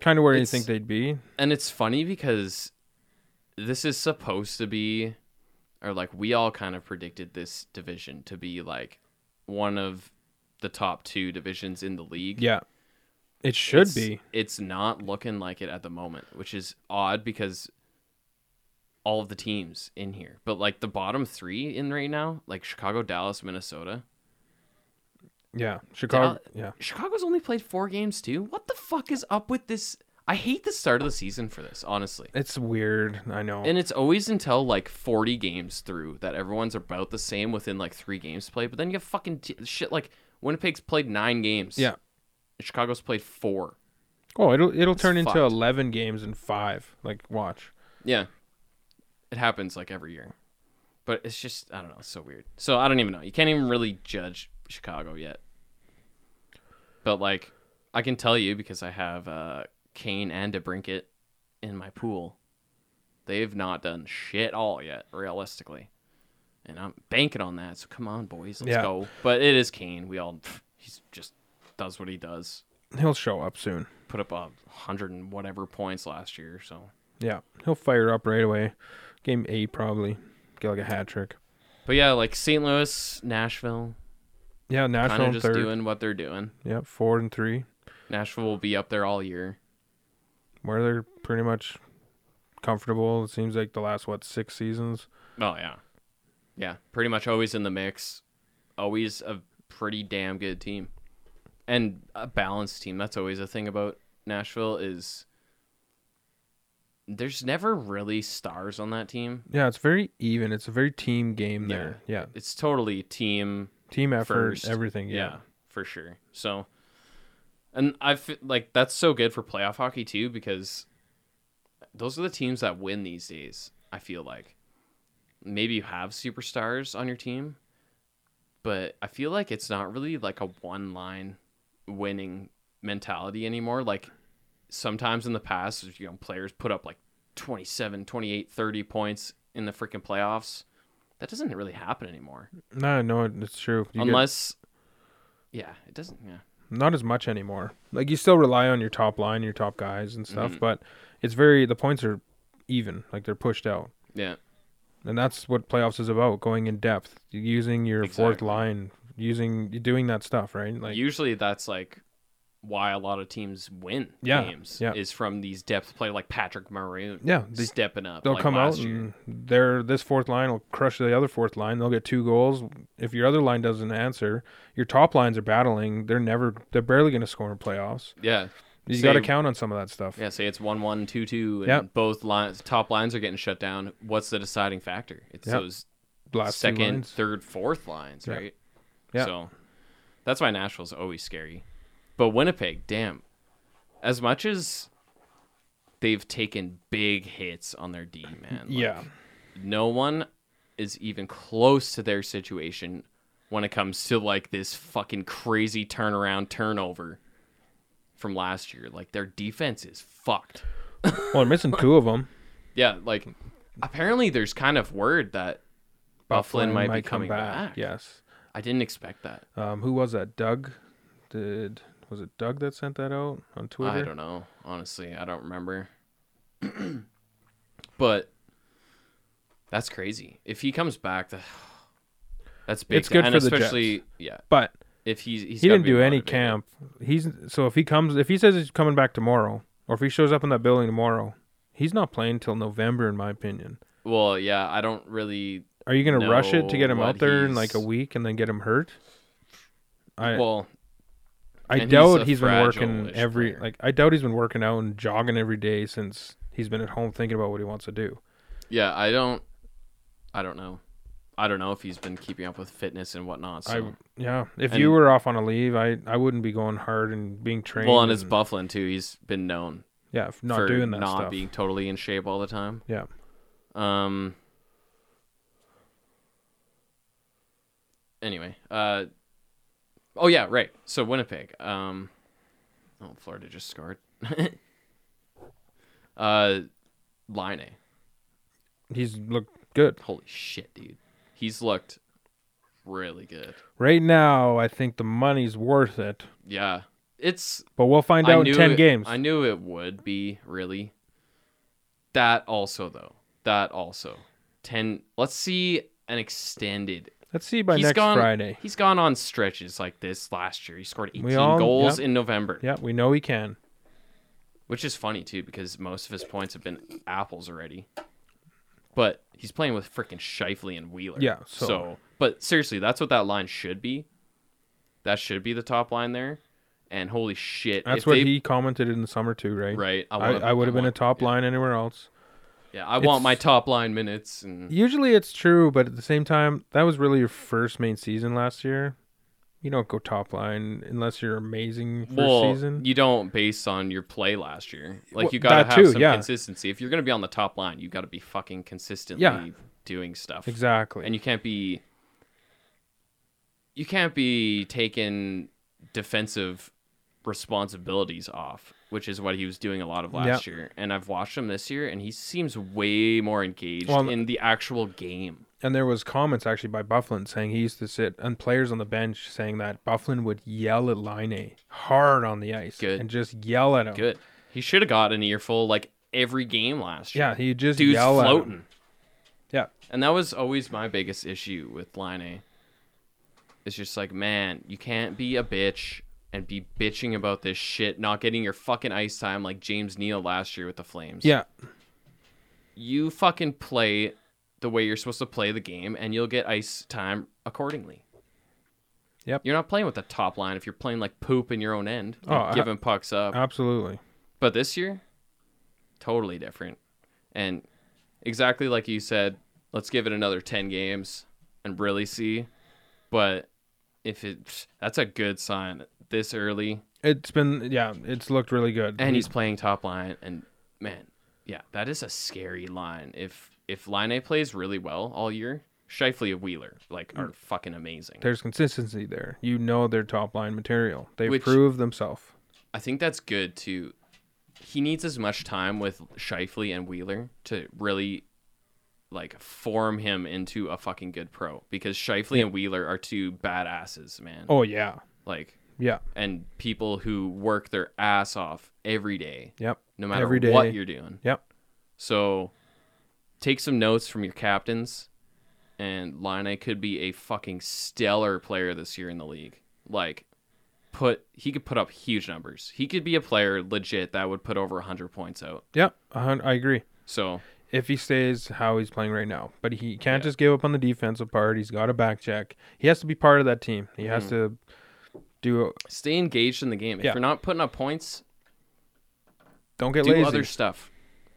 Speaker 3: kind of where you
Speaker 2: It's-
Speaker 3: think they'd be.
Speaker 2: and it's funny because this is supposed to be, or like we all kind of predicted this division to be like one of the top two divisions in the league.
Speaker 3: Yeah. It should
Speaker 2: it's-
Speaker 3: be.
Speaker 2: It's not looking like it at the moment, which is odd because all of the teams in here, but like the bottom three in right now, like Chicago, Dallas, Minnesota.
Speaker 3: Yeah. Chicago.
Speaker 2: Dal-
Speaker 3: Yeah.
Speaker 2: Chicago's only played four games too. What the fuck is up with this? I hate the start of the season for this, honestly.
Speaker 3: It's weird. I know.
Speaker 2: And it's always until like 40 games through that everyone's about the same within like three games played. But then you have fucking t- shit like Winnipeg's played nine games.
Speaker 3: yeah.
Speaker 2: Chicago's played four.
Speaker 3: Oh, it'll it'll turn into
Speaker 2: fucked.
Speaker 3: 11 games in five. Like watch.
Speaker 2: Yeah. It happens like every year. But it's just I don't know, it's so weird. So I don't even know. You can't even really judge Chicago yet. But like I can tell you because I have uh Kane and DeBrinket in my pool. They've not done shit all yet, realistically. And I'm banking on that. So come on, boys, let's
Speaker 3: Yeah.
Speaker 2: go. But it is Kane. We all he's just does what he does.
Speaker 3: He'll show up soon.
Speaker 2: Put up a hundred and whatever points last year, so
Speaker 3: Yeah. He'll fire up right away. Game eight probably. Get like a hat trick.
Speaker 2: But yeah, like St. Louis, Nashville,
Speaker 3: Yeah,
Speaker 2: kind of
Speaker 3: Nashville
Speaker 2: just
Speaker 3: third.
Speaker 2: doing what they're doing.
Speaker 3: Yeah, four and three,
Speaker 2: Nashville will be up there all year.
Speaker 3: where they're pretty much comfortable. It seems like the last what six seasons.
Speaker 2: Oh yeah, yeah. Pretty much always in the mix. Always a pretty damn good team, and a balanced team. That's always a thing about Nashville is there's never really stars on that team.
Speaker 3: Yeah, it's very even. It's a very team game
Speaker 2: Yeah.
Speaker 3: there. Yeah,
Speaker 2: It's totally team
Speaker 3: team effort,
Speaker 2: First.
Speaker 3: everything.
Speaker 2: yeah,
Speaker 3: Yeah.
Speaker 2: for sure so and i feel like that's so good for playoff hockey too because those are the teams that win these days i feel like maybe you have superstars on your team but i feel like it's not really like a one line winning mentality anymore like sometimes in the past you know players put up like 27 28 30 points in the freaking playoffs that doesn't really happen anymore
Speaker 3: No, no, it's true. You get-
Speaker 2: unless yeah it doesn't yeah
Speaker 3: not as much anymore. Like you still rely on your top line, your top guys and stuff,
Speaker 2: Mm-hmm.
Speaker 3: but it's very the points are even. Like they're pushed out.
Speaker 2: yeah
Speaker 3: And that's what playoffs is about, going in depth, using your fourth
Speaker 2: Exactly.
Speaker 3: line, using doing that stuff, right? Like
Speaker 2: usually that's like why a lot of teams win
Speaker 3: Yeah,
Speaker 2: games
Speaker 3: yeah.
Speaker 2: is from these depth play like patrick maroon
Speaker 3: Yeah, they-
Speaker 2: stepping up
Speaker 3: they'll
Speaker 2: like
Speaker 3: come out
Speaker 2: last year.
Speaker 3: and their this fourth line will crush the other fourth line. They'll get two goals. If your other line doesn't answer, your top lines are battling. They're never they're barely going to score in playoffs.
Speaker 2: yeah
Speaker 3: You
Speaker 2: Say-
Speaker 3: got to count on some of that stuff.
Speaker 2: yeah say it's one one two two and
Speaker 3: Yep.
Speaker 2: both lines top lines are getting shut down what's the deciding factor it's
Speaker 3: Yep.
Speaker 2: those
Speaker 3: Last two
Speaker 2: second
Speaker 3: lines.
Speaker 2: third fourth lines
Speaker 3: Yeah.
Speaker 2: right
Speaker 3: Yeah.
Speaker 2: so that's why nashville's always scary but winnipeg damn as much as they've taken big hits on their d man like,
Speaker 3: yeah.
Speaker 2: no one is even close to their situation when it comes to like this fucking crazy turnaround turnover from last year. Like their defense is fucked.
Speaker 3: Well, they're missing two of them.
Speaker 2: Yeah, like apparently there's kind of word that Bufflin might, be coming back.
Speaker 3: Yes.
Speaker 2: I didn't expect that.
Speaker 3: Um, who was that? Doug? Did was it Doug that sent that out on Twitter?
Speaker 2: I don't know. Honestly, I don't remember. but that's crazy. If he comes back, that, that's big.
Speaker 3: It's good
Speaker 2: and
Speaker 3: for the
Speaker 2: especially, yeah.
Speaker 3: But
Speaker 2: If he's, he's
Speaker 3: he
Speaker 2: gotta
Speaker 3: didn't
Speaker 2: be
Speaker 3: do any
Speaker 2: motivated.
Speaker 3: camp. He's so if he comes, if he says he's coming back tomorrow, or if he shows up in that building tomorrow, he's not playing till November, in my opinion.
Speaker 2: Well, yeah, I don't really.
Speaker 3: Are you going to rush it to get him
Speaker 2: No,
Speaker 3: out there in like a
Speaker 2: he's-
Speaker 3: week and then get him hurt? I
Speaker 2: well,
Speaker 3: I
Speaker 2: and he's
Speaker 3: doubt
Speaker 2: a
Speaker 3: he's been working
Speaker 2: fragile-ish
Speaker 3: every
Speaker 2: player.
Speaker 3: like I doubt he's been working out and jogging every day since he's been at home thinking about what he wants to do.
Speaker 2: yeah, I don't. I don't know. I don't know if he's been keeping up with fitness and whatnot. So.
Speaker 3: I yeah. If
Speaker 2: And-
Speaker 3: you were off on a leave, I I wouldn't be going hard and being trained.
Speaker 2: well, and it's Bufflin too. He's been known
Speaker 3: yeah, f- not
Speaker 2: for
Speaker 3: doing that
Speaker 2: not
Speaker 3: stuff.
Speaker 2: being totally in shape all the time.
Speaker 3: Yeah,
Speaker 2: Um. Anyway, uh, oh yeah, right. So Winnipeg. Um, oh, Florida just scored. uh, Line
Speaker 3: he's looked good
Speaker 2: Holy shit, dude. He's looked really good.
Speaker 3: right now. I think the money's worth it,
Speaker 2: Yeah. It's
Speaker 3: but we'll find
Speaker 2: I
Speaker 3: out
Speaker 2: knew
Speaker 3: in ten
Speaker 2: it-
Speaker 3: games.
Speaker 2: I knew it would be, really. That also though. That also. 10 Let's see an extended.
Speaker 3: Let's see by
Speaker 2: He's
Speaker 3: next
Speaker 2: gone
Speaker 3: Friday.
Speaker 2: He's gone on stretches like this last year. He scored 18
Speaker 3: all-
Speaker 2: goals
Speaker 3: yep.
Speaker 2: in November,
Speaker 3: Yeah, we know he can.
Speaker 2: which is funny too because most of his points have been apples already. But he's playing with freaking Shifley and Wheeler.
Speaker 3: Yeah, so-
Speaker 2: so but seriously, that's what that line should be. That should be the top line there. And holy shit,
Speaker 3: That's
Speaker 2: if
Speaker 3: what
Speaker 2: they-
Speaker 3: he commented in the summer too, right?
Speaker 2: right. I,
Speaker 3: I,
Speaker 2: wanna-
Speaker 3: I would have been a
Speaker 2: want-
Speaker 3: top line anywhere else.
Speaker 2: Yeah, I want my
Speaker 3: It's-
Speaker 2: top line minutes, and
Speaker 3: Usually it's true, but at the same time, that was really your first main season last year. You don't go top line unless you're amazing first
Speaker 2: well,
Speaker 3: season.
Speaker 2: you don't base on your play last year. Like
Speaker 3: Well,
Speaker 2: you gotta
Speaker 3: that
Speaker 2: have
Speaker 3: too,
Speaker 2: some
Speaker 3: yeah.
Speaker 2: consistency. If you're gonna be on the top line, you gotta be fucking consistently doing stuff.
Speaker 3: exactly.
Speaker 2: and you can't be you can't be taking defensive responsibilities off which is what he was doing a lot of last year and i've watched him this year and he seems way more engaged
Speaker 3: Well,
Speaker 2: in the actual game
Speaker 3: and there was comments actually by Bufflin saying he used to sit and players on the bench saying that Bufflin would yell at Line hard on the ice
Speaker 2: Good.
Speaker 3: and just yell at him.
Speaker 2: good he should have got an earful like every game last year
Speaker 3: Yeah, he just
Speaker 2: dude's
Speaker 3: yell
Speaker 2: floating
Speaker 3: at him. Yeah.
Speaker 2: And that was always my biggest issue with Line A. It's just like, man, you can't be a bitch and be bitching about this shit, not getting your fucking ice time like James Neal last year with the Flames.
Speaker 3: Yeah.
Speaker 2: You fucking play the way you're supposed to play the game and you'll get ice time accordingly.
Speaker 3: Yep.
Speaker 2: You're not playing with the top line if you're playing like poop in your own end,
Speaker 3: Oh, I-
Speaker 2: giving pucks up.
Speaker 3: Absolutely.
Speaker 2: But this year, totally different. And exactly like you said, let's give it another 10 games and really see. But if it that's a good sign this early
Speaker 3: It's been yeah, it's looked really good.
Speaker 2: and he's playing top line and man, yeah, that is a scary line. If if Line A plays really well all year, Shifley and Wheeler like are fucking amazing.
Speaker 3: there's consistency there. You know their top line material. They
Speaker 2: Which-
Speaker 3: prove themselves.
Speaker 2: I think that's good too. He needs as much time with Shifley and Wheeler to really like form him into a fucking good pro because Shifley and Wheeler are two badasses, man.
Speaker 3: Oh yeah.
Speaker 2: Like
Speaker 3: Yeah.
Speaker 2: and people who work their ass off every day,
Speaker 3: Yep.
Speaker 2: no matter
Speaker 3: Every day.
Speaker 2: what you're doing.
Speaker 3: Yep.
Speaker 2: So take some notes from your captains and Line could be a fucking stellar player this year in the league. Like put he could put up huge numbers. He could be a player legit that would put over 100 points out.
Speaker 3: Yep. A hun- I agree.
Speaker 2: So
Speaker 3: If he stays how he's playing right now, but he can't
Speaker 2: Yeah.
Speaker 3: just give up on the defensive part. He's got to back check. He has to be part of that team. He has
Speaker 2: Hmm.
Speaker 3: to do.
Speaker 2: stay engaged in the game. If
Speaker 3: Yeah.
Speaker 2: you're not putting up points,
Speaker 3: Don't get
Speaker 2: do
Speaker 3: lazy.
Speaker 2: other stuff.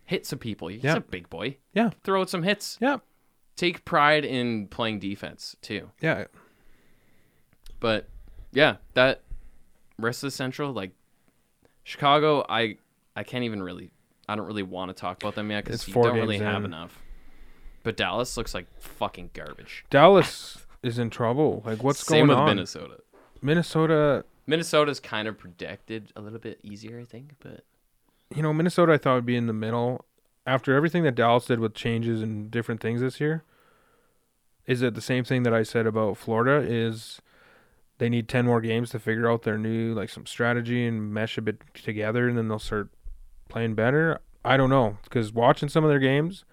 Speaker 2: Hit some people. He's
Speaker 3: Yeah.
Speaker 2: a big boy.
Speaker 3: Yeah.
Speaker 2: Throw out some hits.
Speaker 3: Yeah.
Speaker 2: Take pride in playing defense too.
Speaker 3: Yeah.
Speaker 2: But yeah, that rest of the central, like Chicago, I I can't even really I don't really want to talk about them yet
Speaker 3: It's
Speaker 2: because you
Speaker 3: four
Speaker 2: don't really
Speaker 3: games
Speaker 2: have
Speaker 3: in.
Speaker 2: enough. But Dallas looks like fucking garbage.
Speaker 3: Dallas is in trouble. Like what's
Speaker 2: Same
Speaker 3: going
Speaker 2: with
Speaker 3: on?
Speaker 2: Minnesota.
Speaker 3: Minnesota.
Speaker 2: Minnesota's kind of predicted a little bit easier, I think, but
Speaker 3: You know, Minnesota. I thought would be in the middle. After everything that Dallas did with changes and different things this year, is it the same thing that I said about Florida? Is they need ten more games to figure out their new like some strategy and mesh a bit together, and then they'll start playing better. I don't know because watching some of their games,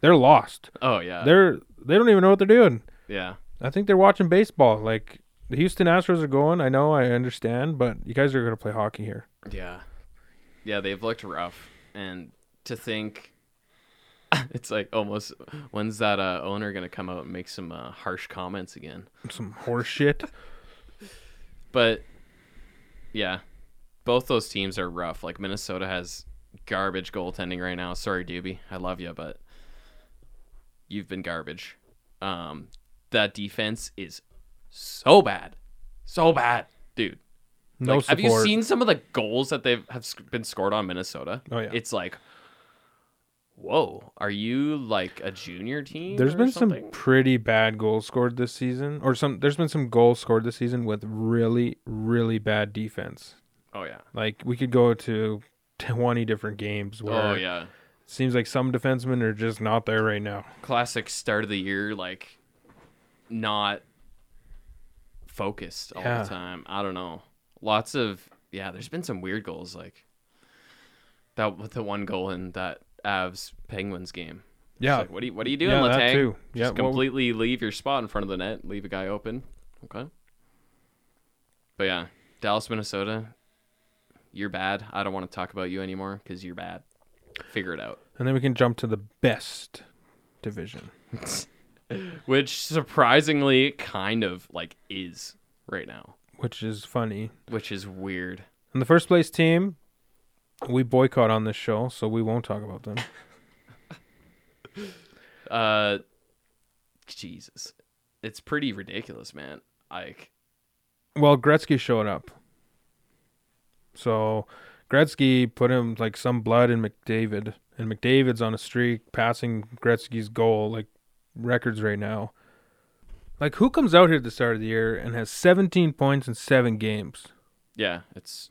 Speaker 3: they're lost.
Speaker 2: oh yeah,
Speaker 3: They're they don't even know what they're doing.
Speaker 2: yeah,
Speaker 3: I think they're watching baseball. Like the Houston Astros are going. I know, I understand, but you guys are going to play hockey here.
Speaker 2: yeah, yeah. They've looked rough, and to think. It's like almost when's that uh, owner gonna come out and make some uh, harsh comments again?
Speaker 3: Some horse shit.
Speaker 2: But yeah, both those teams are rough. Like Minnesota has garbage goaltending right now. Sorry, Doobie, I love you, but you've been garbage. Um, that defense is so bad, so bad, dude.
Speaker 3: No
Speaker 2: like,
Speaker 3: support.
Speaker 2: Have you seen some of the goals that they've have sc- been scored on Minnesota?
Speaker 3: Oh, yeah.
Speaker 2: it's like. Whoa, are you like a junior team?
Speaker 3: There's
Speaker 2: or
Speaker 3: been some
Speaker 2: something?
Speaker 3: pretty bad goals scored this season, or some. There's been some goals scored this season with really, really bad defense.
Speaker 2: Oh yeah.
Speaker 3: Like we could go to twenty different games where
Speaker 2: Oh yeah.
Speaker 3: it seems like some defensemen are just not there right now.
Speaker 2: classic start of the year like not focused all
Speaker 3: Yeah.
Speaker 2: the time. I don't know. Lots of yeah, there's been some weird goals like that with the one goal in that Avs Penguins game. It's
Speaker 3: Yeah,
Speaker 2: like, what are you what are you doing,
Speaker 3: Yeah, that
Speaker 2: Letang?
Speaker 3: too. Yeah,
Speaker 2: Just
Speaker 3: what-
Speaker 2: completely leave your spot in front of the net, leave a guy open. Okay. But yeah, Dallas, Minnesota, you're bad. I don't want to talk about you anymore because you're bad. Figure it out.
Speaker 3: and then we can jump to the best division.
Speaker 2: which surprisingly kind of like is right now,
Speaker 3: which is funny.
Speaker 2: which is weird.
Speaker 3: And the first place team, we boycott on this show, so we won't talk about them.
Speaker 2: Uh Jesus. It's pretty ridiculous, man. Like
Speaker 3: well, Gretzky showed up. So Gretzky put him like some blood in McDavid, and McDavid's on a streak passing Gretzky's goal like records right now. Like who comes out here at the start of the year and has 17 points in 7 games?
Speaker 2: yeah, it's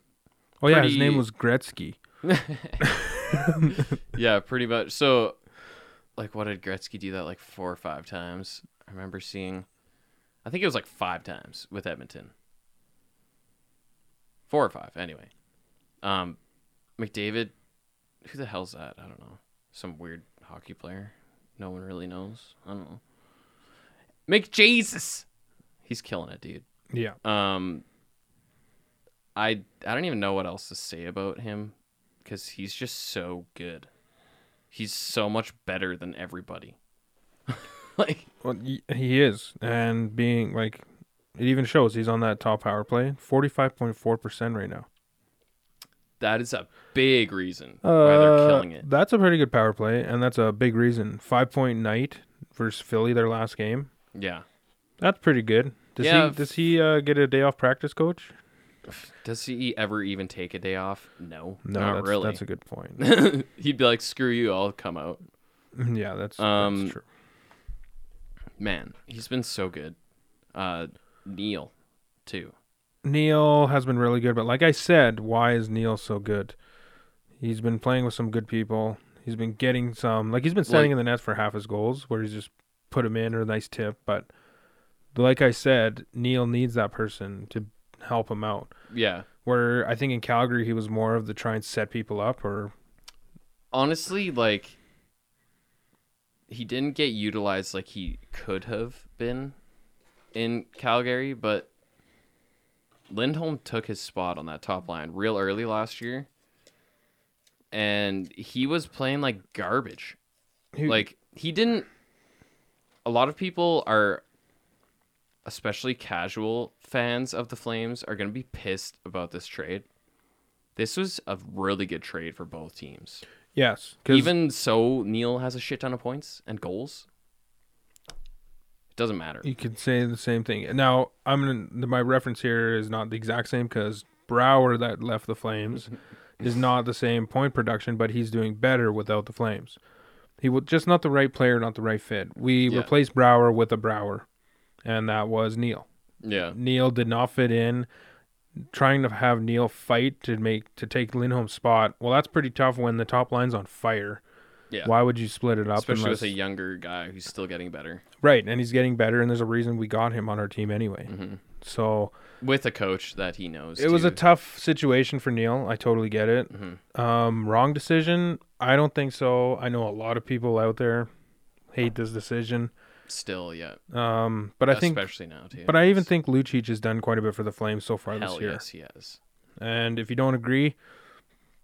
Speaker 3: Oh yeah, his
Speaker 2: Pretty-
Speaker 3: name was Gretzky.
Speaker 2: yeah, pretty much. So like what did Gretzky do that like four or five times? I remember seeing I think it was like five times with Edmonton. Four or five, anyway. Um McDavid who the hell's that? I don't know. Some weird hockey player. no one really knows. I don't know. Make Jesus. He's killing it, dude.
Speaker 3: Yeah.
Speaker 2: Um, I I don't even know what else to say about him because he's just so good. He's so much better than everybody. like,
Speaker 3: Well, y- he is, and being like, it even shows he's on that top power play, forty-five point four percent right now.
Speaker 2: that is a big reason why they're killing
Speaker 3: Uh,
Speaker 2: it.
Speaker 3: That's a pretty good power play, and that's a big reason. Five-point night versus Philly, their last game.
Speaker 2: Yeah.
Speaker 3: That's pretty good. Does
Speaker 2: Yeah,
Speaker 3: he
Speaker 2: f-
Speaker 3: does he uh, get a day off practice, coach?
Speaker 2: Does he ever even take a day off? No.
Speaker 3: No,
Speaker 2: not
Speaker 3: that's,
Speaker 2: really.
Speaker 3: That's a good point.
Speaker 2: He'd be like, screw you, I'll come out.
Speaker 3: yeah, that's,
Speaker 2: Um,
Speaker 3: that's true.
Speaker 2: Man, he's been so good. Uh, Neil, too.
Speaker 3: Neil has been really good, but like I said, why is Neil so good? He's been playing with some good people. He's been getting some, like he's been standing
Speaker 2: Like-
Speaker 3: in the net for half his goals, where he's just put him in or a nice tip. But like I said, Neil needs that person to help him out.
Speaker 2: Yeah.
Speaker 3: Where I think in Calgary he was more of the try and set people up, or
Speaker 2: Honestly, like, he didn't get utilized like he could have been in Calgary, but Lindholm took his spot on that top line real early last year. And he was playing like garbage.
Speaker 3: he-
Speaker 2: like he didn't a lot of people are especially casual fans of the flames are going to be pissed about this trade this was a really good trade for both teams
Speaker 3: yes, because
Speaker 2: even so neil has a shit ton of points and goals it doesn't matter
Speaker 3: You could say the same thing. Now, I'm gonna, my reference here is not the exact same because Brower that left the Flames is not the same point production, but he's doing better without the Flames. He was just not the right player, not the right fit. We
Speaker 2: Yeah.
Speaker 3: replaced Brower with a Brower, and that was Neil.
Speaker 2: yeah
Speaker 3: Neil did not fit in. Trying to have Neil fight to make to take Lindholm's spot, well, that's pretty tough when the top line's on fire.
Speaker 2: Yeah.
Speaker 3: Why would you split it up?
Speaker 2: especially
Speaker 3: unless-
Speaker 2: with a younger guy who's still getting better
Speaker 3: Right, and he's getting better, and there's a reason we got him on our team anyway.
Speaker 2: Mm-hmm.
Speaker 3: So
Speaker 2: with a coach that he knows
Speaker 3: it was a
Speaker 2: too.
Speaker 3: tough situation for Neil. I totally get it.
Speaker 2: Mm-hmm.
Speaker 3: Um, wrong decision? I don't think so. I know a lot of people out there hate this decision,
Speaker 2: still yeah
Speaker 3: um, but I think,
Speaker 2: especially now too
Speaker 3: but I even
Speaker 2: It's-
Speaker 3: think Lucic has done quite a bit for the Flames so far
Speaker 2: hell
Speaker 3: this year.
Speaker 2: yes he has
Speaker 3: And if you don't agree,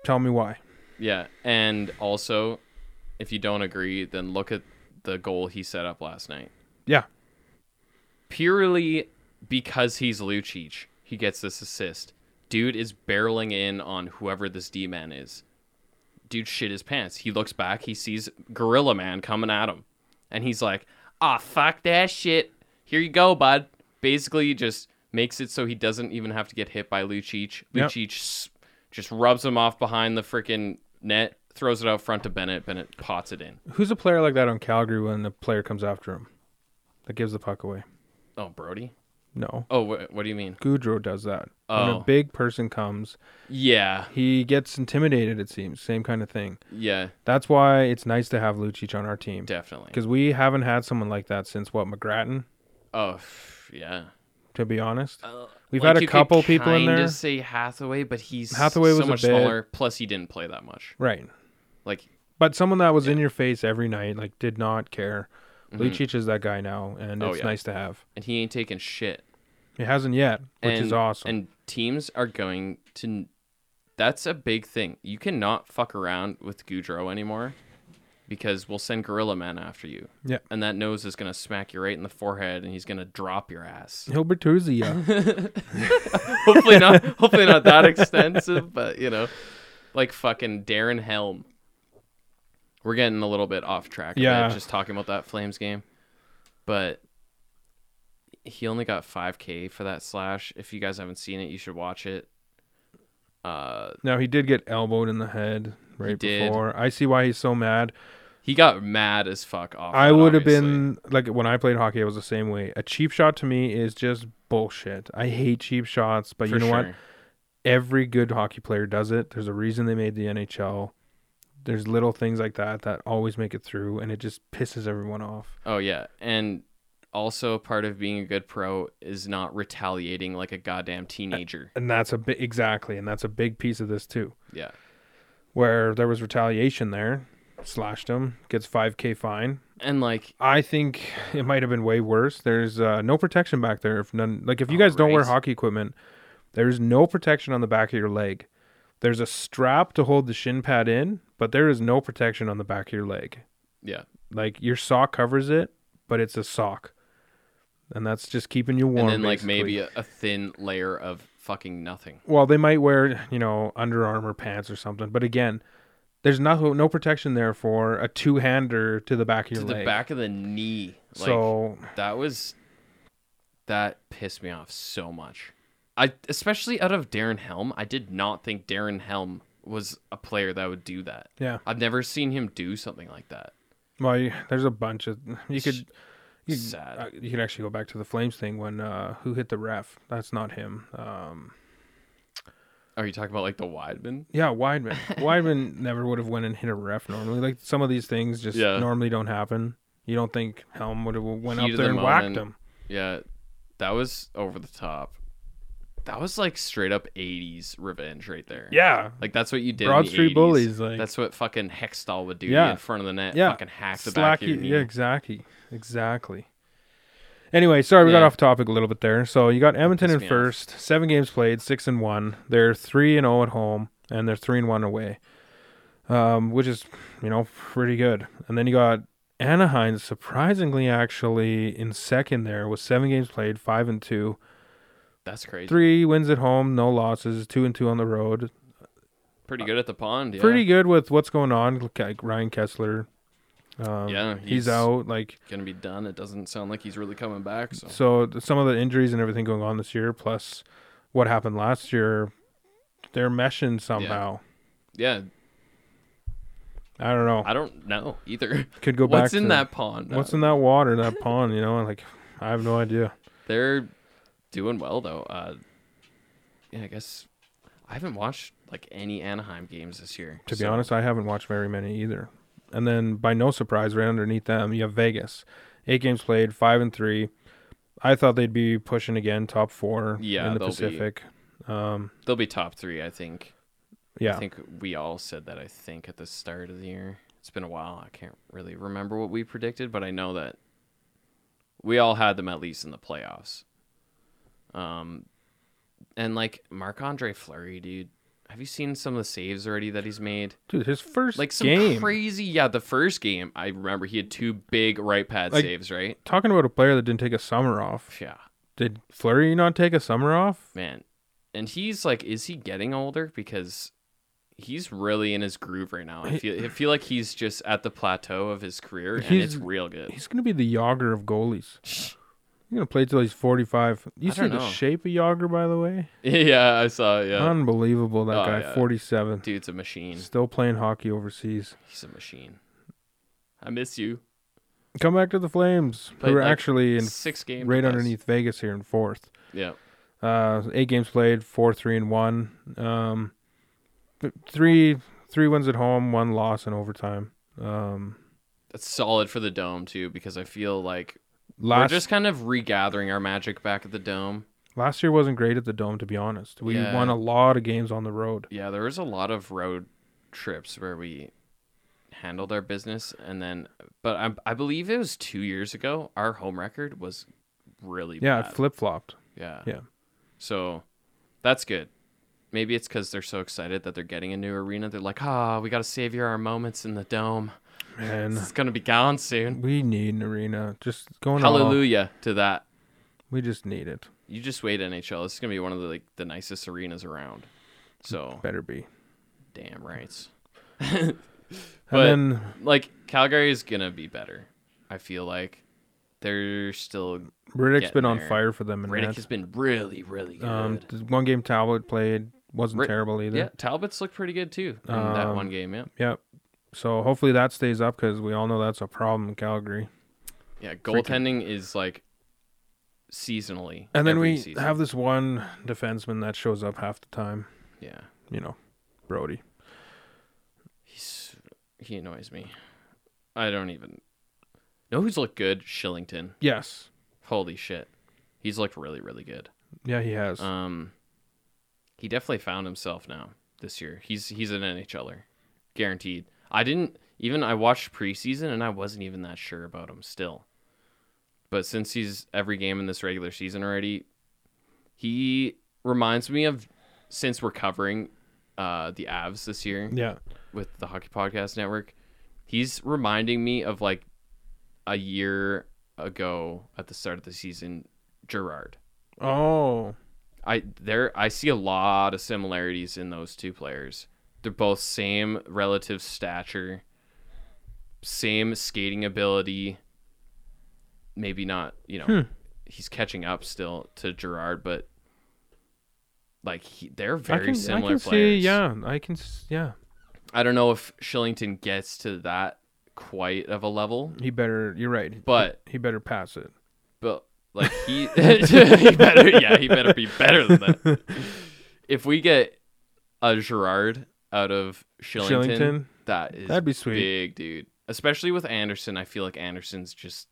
Speaker 3: tell me why.
Speaker 2: Yeah, and also, if you don't agree, then look at the goal he set up last night.
Speaker 3: Yeah,
Speaker 2: Purely because he's Lucic, he gets this assist. Dude is barreling in on whoever this D man is. Dude shit his pants. He looks back, he sees Gorilla Man coming at him, and he's like, "Ah, fuck that shit. Here you go, bud." Basically, just makes it so he doesn't even have to get hit by Lucic.
Speaker 3: Yep.
Speaker 2: Lucic s just rubs him off behind the freaking net, throws it out front to Bennett. Bennett pots it in.
Speaker 3: who's a player like that on Calgary when the player comes after him that gives the puck away?
Speaker 2: Oh, Brody.
Speaker 3: No,
Speaker 2: Oh, wh- what do you mean?
Speaker 3: Goudreau does that. When
Speaker 2: Oh.
Speaker 3: a big person comes,
Speaker 2: Yeah,
Speaker 3: he gets intimidated. It seems same kind of thing.
Speaker 2: yeah,
Speaker 3: That's why it's nice to have Lucic on our team.
Speaker 2: definitely.
Speaker 3: Because we haven't had someone like that since what McGrattan,
Speaker 2: Oh, f- yeah.
Speaker 3: to be honest.
Speaker 2: Uh,
Speaker 3: We've
Speaker 2: like,
Speaker 3: had a
Speaker 2: you could
Speaker 3: couple people in
Speaker 2: kinda
Speaker 3: there,
Speaker 2: Say Hathaway, but he's
Speaker 3: Hathaway
Speaker 2: so
Speaker 3: was a
Speaker 2: much
Speaker 3: bit-
Speaker 2: smaller. Plus, he didn't play that much.
Speaker 3: right?
Speaker 2: Like,
Speaker 3: But someone that was in your face every night, like did not care. Lucic is that guy now, and
Speaker 2: Mm-hmm. Oh,
Speaker 3: it's
Speaker 2: yeah.
Speaker 3: nice to have.
Speaker 2: and he ain't taking shit.
Speaker 3: It hasn't yet, which
Speaker 2: and,
Speaker 3: is awesome.
Speaker 2: And teams are going to. That's a big thing. You cannot fuck around with Goudreau anymore, because we'll send Gorilla Man after you.
Speaker 3: Yeah.
Speaker 2: And that nose is gonna smack you right in the forehead, and he's gonna drop your ass.
Speaker 3: He'll Bertuzzi, yeah.
Speaker 2: hopefully not. Hopefully not that extensive, but you know, like fucking Darren Helm. We're getting a little bit off track. of
Speaker 3: Yeah.
Speaker 2: that, just talking about that Flames game, but he only got 5k for that slash if you guys haven't seen it you should watch it uh
Speaker 3: now he did get elbowed in the head right
Speaker 2: did.
Speaker 3: before. I see why he's so mad.
Speaker 2: he got mad as fuck off
Speaker 3: I
Speaker 2: that,
Speaker 3: would have
Speaker 2: Oh, obviously.
Speaker 3: been like when I played hockey, I was the same way. A cheap shot to me is just bullshit. I hate cheap shots, but
Speaker 2: for
Speaker 3: you know what?
Speaker 2: sure.
Speaker 3: every good hockey player does it. There's a reason they made the NHL. There's little things like that that always make it through, and it just pisses everyone off.
Speaker 2: Oh yeah, and also part of being a good pro is not retaliating like a goddamn teenager.
Speaker 3: And that's a bit exactly, and that's a big piece of this too,
Speaker 2: Yeah,
Speaker 3: where there was retaliation there, slashed him, gets five k fine,
Speaker 2: and like
Speaker 3: I think it might have been way worse. There's uh, no protection back there. If none, like
Speaker 2: Oh,
Speaker 3: if you guys don't wear
Speaker 2: right.
Speaker 3: hockey equipment, there's no protection on the back of your leg. There's a strap to hold the shin pad in, but there is no protection on the back of your leg.
Speaker 2: yeah,
Speaker 3: Like your sock covers it, but it's a sock, and that's just keeping you warm.
Speaker 2: and then like
Speaker 3: basically.
Speaker 2: maybe a, a thin layer of fucking nothing.
Speaker 3: well, they might wear you know Under Armour pants or something, but again, there's no no protection there for a two hander to the back of your
Speaker 2: to
Speaker 3: leg.
Speaker 2: the back of the knee. Like
Speaker 3: so
Speaker 2: that was that pissed me off so much. I especially out of Darren Helm, I did not think Darren Helm was a player that would do that.
Speaker 3: yeah,
Speaker 2: I've never seen him do something like that.
Speaker 3: Well, you, there's a bunch of you could you,
Speaker 2: sad.
Speaker 3: uh, you could actually go back to the Flames thing when uh, who hit the ref? That's not him. Um,
Speaker 2: Are you talking about like the Wideman?
Speaker 3: yeah, Weidman. Weidman never would have went and hit a ref normally. Like some of these things just
Speaker 2: Yeah.
Speaker 3: normally don't happen. You don't think Helm would have went
Speaker 2: Heat
Speaker 3: up
Speaker 2: of
Speaker 3: there
Speaker 2: the
Speaker 3: and
Speaker 2: moment.
Speaker 3: whacked him?
Speaker 2: Yeah, that was over the top. That was like straight up '80s revenge right there.
Speaker 3: Yeah,
Speaker 2: like that's what you did. in
Speaker 3: Broad
Speaker 2: the
Speaker 3: Street
Speaker 2: 80s.
Speaker 3: Bullies, like-
Speaker 2: that's what fucking Hextall would do to you
Speaker 3: Yeah.
Speaker 2: in front of the net.
Speaker 3: Yeah.
Speaker 2: fucking hack the back of your
Speaker 3: slacky.
Speaker 2: knee.
Speaker 3: Yeah, exactly, exactly. Anyway, sorry we got
Speaker 2: Yeah.
Speaker 3: off topic a little bit there. So you got Edmonton
Speaker 2: pissed
Speaker 3: in
Speaker 2: me off.
Speaker 3: first, seven games played, six and one. They're three and zero at home, and they're three and one away, um, which is you know pretty good. And then you got Anaheim, surprisingly actually in second there with seven games played, five and two,
Speaker 2: That's crazy.
Speaker 3: three wins at home, no losses, two and two on the road.
Speaker 2: Pretty good at the pond. Yeah.
Speaker 3: Pretty good with what's going on. Like Ryan Kessler, um,
Speaker 2: Yeah,
Speaker 3: he's
Speaker 2: he's-
Speaker 3: out. Like
Speaker 2: gonna be done. It doesn't sound like he's really coming back. So
Speaker 3: So th- some of the injuries and everything going on this year, plus what happened last year, they're meshing somehow.
Speaker 2: yeah,
Speaker 3: I don't know.
Speaker 2: I don't know either.
Speaker 3: Could go back.
Speaker 2: What's in
Speaker 3: to-
Speaker 2: that uh, pond?
Speaker 3: What's in that water? That pond? You know, like I have no idea.
Speaker 2: They're doing well though. Uh, yeah, I guess I haven't watched like any Anaheim games this year.
Speaker 3: To be
Speaker 2: so-
Speaker 3: honest, I haven't watched very many either. And then, by no surprise, right underneath them, you have Vegas. Eight games played, five and three. I thought they'd be pushing again, top four
Speaker 2: Yeah,
Speaker 3: in the
Speaker 2: they'll be-
Speaker 3: Pacific. Um,
Speaker 2: they'll be top three. I think. I
Speaker 3: yeah,
Speaker 2: think we all said that. I think at the start of the year. It's been a while. I can't really remember what we predicted, but I know that we all had them at least in the playoffs. Um, and like Marc Andre Fleury, dude. Have you seen some of the saves already that he's made?
Speaker 3: dude, his first
Speaker 2: Like some
Speaker 3: game.
Speaker 2: crazy, yeah. The first game, I remember he had two big right pad
Speaker 3: Like-
Speaker 2: saves, right?
Speaker 3: Talking about a player that didn't take a summer off.
Speaker 2: Yeah,
Speaker 3: Did Flurry not take a summer off?
Speaker 2: man. And he's like, is he getting older? Because he's really in his groove right now. I feel, I feel like he's just at the plateau of his career, and
Speaker 3: He's-
Speaker 2: it's real good.
Speaker 3: He's gonna be the Yager of goalies. He's gonna play till he's forty five. You
Speaker 2: I
Speaker 3: see
Speaker 2: don't
Speaker 3: the
Speaker 2: know.
Speaker 3: shape of Yager, by the way.
Speaker 2: yeah, I saw. it, Yeah,
Speaker 3: Um, Unbelievable, that
Speaker 2: Oh,
Speaker 3: guy,
Speaker 2: yeah.
Speaker 3: forty seven,
Speaker 2: dude's a machine.
Speaker 3: still playing hockey overseas.
Speaker 2: He's a machine. I miss you.
Speaker 3: Come back to the Flames.
Speaker 2: Played,
Speaker 3: who are
Speaker 2: like,
Speaker 3: actually in
Speaker 2: Six games
Speaker 3: right
Speaker 2: with us.
Speaker 3: underneath Vegas here in fourth.
Speaker 2: Yeah,
Speaker 3: Uh, eight games played, four, three, and one. Um, th- three, three wins at home, one loss in overtime. Um,
Speaker 2: that's solid for the dome too, because I feel like
Speaker 3: last
Speaker 2: we're just kind of regathering our magic back at the dome.
Speaker 3: last year wasn't great at the Dome, to be honest. We
Speaker 2: Yeah.
Speaker 3: won a lot of games on the road.
Speaker 2: Yeah, there was a lot of road trips where we handled our business, and then, but I, I believe it was two years ago. Our home record was really
Speaker 3: Yeah, it
Speaker 2: bad.
Speaker 3: flip flopped.
Speaker 2: yeah,
Speaker 3: yeah.
Speaker 2: So that's good. Maybe it's because they're so excited that they're getting a new arena. They're like, ah, we got to savor our moments in the dome.
Speaker 3: Man,
Speaker 2: It's gonna be gone soon.
Speaker 3: we need an arena. Just going Hallelujah.
Speaker 2: Hallelujah to that.
Speaker 3: We just need it.
Speaker 2: You just wait, NHL. This is gonna be one of the like the nicest arenas around. So
Speaker 3: Better be.
Speaker 2: damn rights. But-
Speaker 3: And then
Speaker 2: like Calgary is gonna be better. I feel like they're still
Speaker 3: Riddick's
Speaker 2: getting
Speaker 3: been on
Speaker 2: there.
Speaker 3: fire for them. And
Speaker 2: Riddick has been really, really good.
Speaker 3: um, th- one game Talbot played wasn't
Speaker 2: Rid-
Speaker 3: terrible either.
Speaker 2: yeah, Talbot's looked pretty good too in that
Speaker 3: Um,
Speaker 2: one game. Yeah,
Speaker 3: Yep. So hopefully that stays up because we all know that's a problem in Calgary.
Speaker 2: yeah. Goaltending is like seasonally,
Speaker 3: And then
Speaker 2: every
Speaker 3: we
Speaker 2: season.
Speaker 3: have this one defenseman that shows up half the time.
Speaker 2: yeah.
Speaker 3: You know, Brody.
Speaker 2: He's he annoys me. I don't even know who's looked good. Shillington,
Speaker 3: Yes.
Speaker 2: holy shit, he's looked really, really good.
Speaker 3: Yeah, he has.
Speaker 2: Um, he definitely found himself now this year. He's he's an NHLer, guaranteed. I didn't even I watched preseason and I wasn't even that sure about him still. But since he's every game in this regular season already, he reminds me of since we're covering uh, the Avs this year
Speaker 3: Yeah.
Speaker 2: with the Hockey Podcast Network. He's reminding me of like a year ago at the start of the season, Gerard.
Speaker 3: Oh.
Speaker 2: I there I see a lot of similarities in those two players. They're both same relative stature, same skating ability. Maybe not, you know,
Speaker 3: Hmm.
Speaker 2: he's catching up still to Gerard, but like he, they're very
Speaker 3: I can,
Speaker 2: similar
Speaker 3: I can
Speaker 2: players.
Speaker 3: see. Yeah. I can. s- Yeah.
Speaker 2: I don't know if Shillington gets to that quite of a level,
Speaker 3: He better. You're right.
Speaker 2: but
Speaker 3: he better pass it.
Speaker 2: but like he, he better yeah he better be better than that. If we get a Gerard out of Shillington,
Speaker 3: Shillington?
Speaker 2: that is
Speaker 3: That'd be sweet.
Speaker 2: big dude. Especially with Anderson, I feel like Anderson's just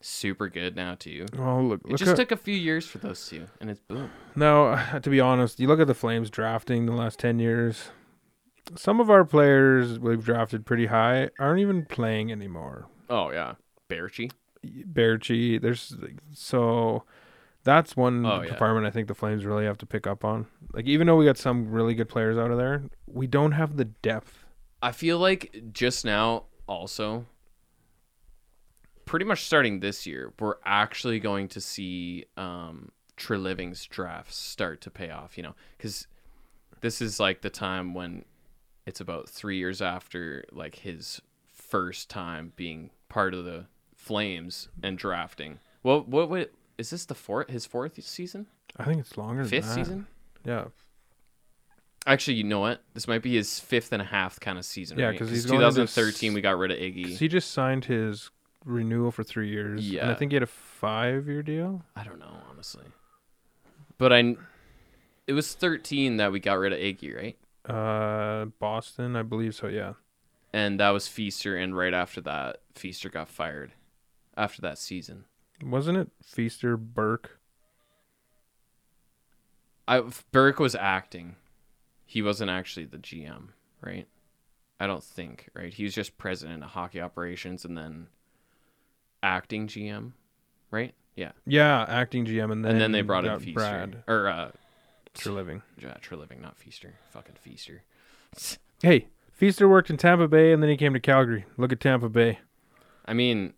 Speaker 2: super good now too.
Speaker 3: Oh look!
Speaker 2: It
Speaker 3: look
Speaker 2: just
Speaker 3: at-
Speaker 2: took a few years for those two, and it's boom.
Speaker 3: No, to be honest, you look at the Flames drafting the last 10 years, some of our players we've drafted pretty high aren't even playing anymore.
Speaker 2: Oh yeah, Berchi.
Speaker 3: Berchi, there's so that's one
Speaker 2: Oh, yeah.
Speaker 3: department I think the Flames really have to pick up on. Like, even though we got some really good players out of there, we don't have the depth.
Speaker 2: I feel like just now also pretty much starting this year, we're actually going to see um Treliving's drafts start to pay off, you know, cuz this is like the time when it's about 3 years after like his first time being part of the Flames and drafting. Well, what what is this the fourth his fourth season?
Speaker 3: I think it's longer than
Speaker 2: Fifth
Speaker 3: that.
Speaker 2: season?
Speaker 3: Yeah.
Speaker 2: Actually, you know what? This might be his fifth and a half kind of season.
Speaker 3: Yeah,
Speaker 2: right?
Speaker 3: 'cause he's going into s-
Speaker 2: 2013 we got rid of Iggy.
Speaker 3: 'Cause he just signed his renewal for three years. And
Speaker 2: Yeah.
Speaker 3: I think he had a five year deal.
Speaker 2: I don't know, honestly. But I, kn- it was 13 that we got rid of Iggy, right?
Speaker 3: Uh, Boston, I believe so. Yeah.
Speaker 2: And that was Feaster, and right after that, Feaster got fired after that season.
Speaker 3: Wasn't it Feaster Burke?
Speaker 2: I Burke was acting; he wasn't actually the GM, right? I don't think, right? He was just president of hockey operations and then acting GM, right? Yeah,
Speaker 3: Yeah, acting GM, and then
Speaker 2: and then they brought in
Speaker 3: got
Speaker 2: Feaster
Speaker 3: Brad
Speaker 2: or uh,
Speaker 3: for a living.
Speaker 2: yeah, Living, not Feaster, fucking Feaster.
Speaker 3: Hey, Feaster worked in Tampa Bay, and then he came to Calgary. Look at Tampa Bay.
Speaker 2: I mean,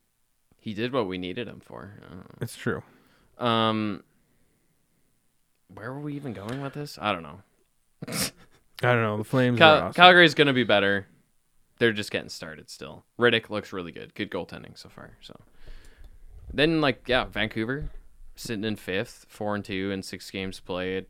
Speaker 2: he did what we needed him for. I don't know.
Speaker 3: It's true.
Speaker 2: Um, where were we even going with this? I don't know.
Speaker 3: I don't know. The Flames
Speaker 2: Cal-
Speaker 3: are awesome.
Speaker 2: Calgary's gonna be better. They're just getting started still. Riddick looks really good. Good goaltending so far. So then, like, yeah, Vancouver sitting in fifth, four and two, and six games played.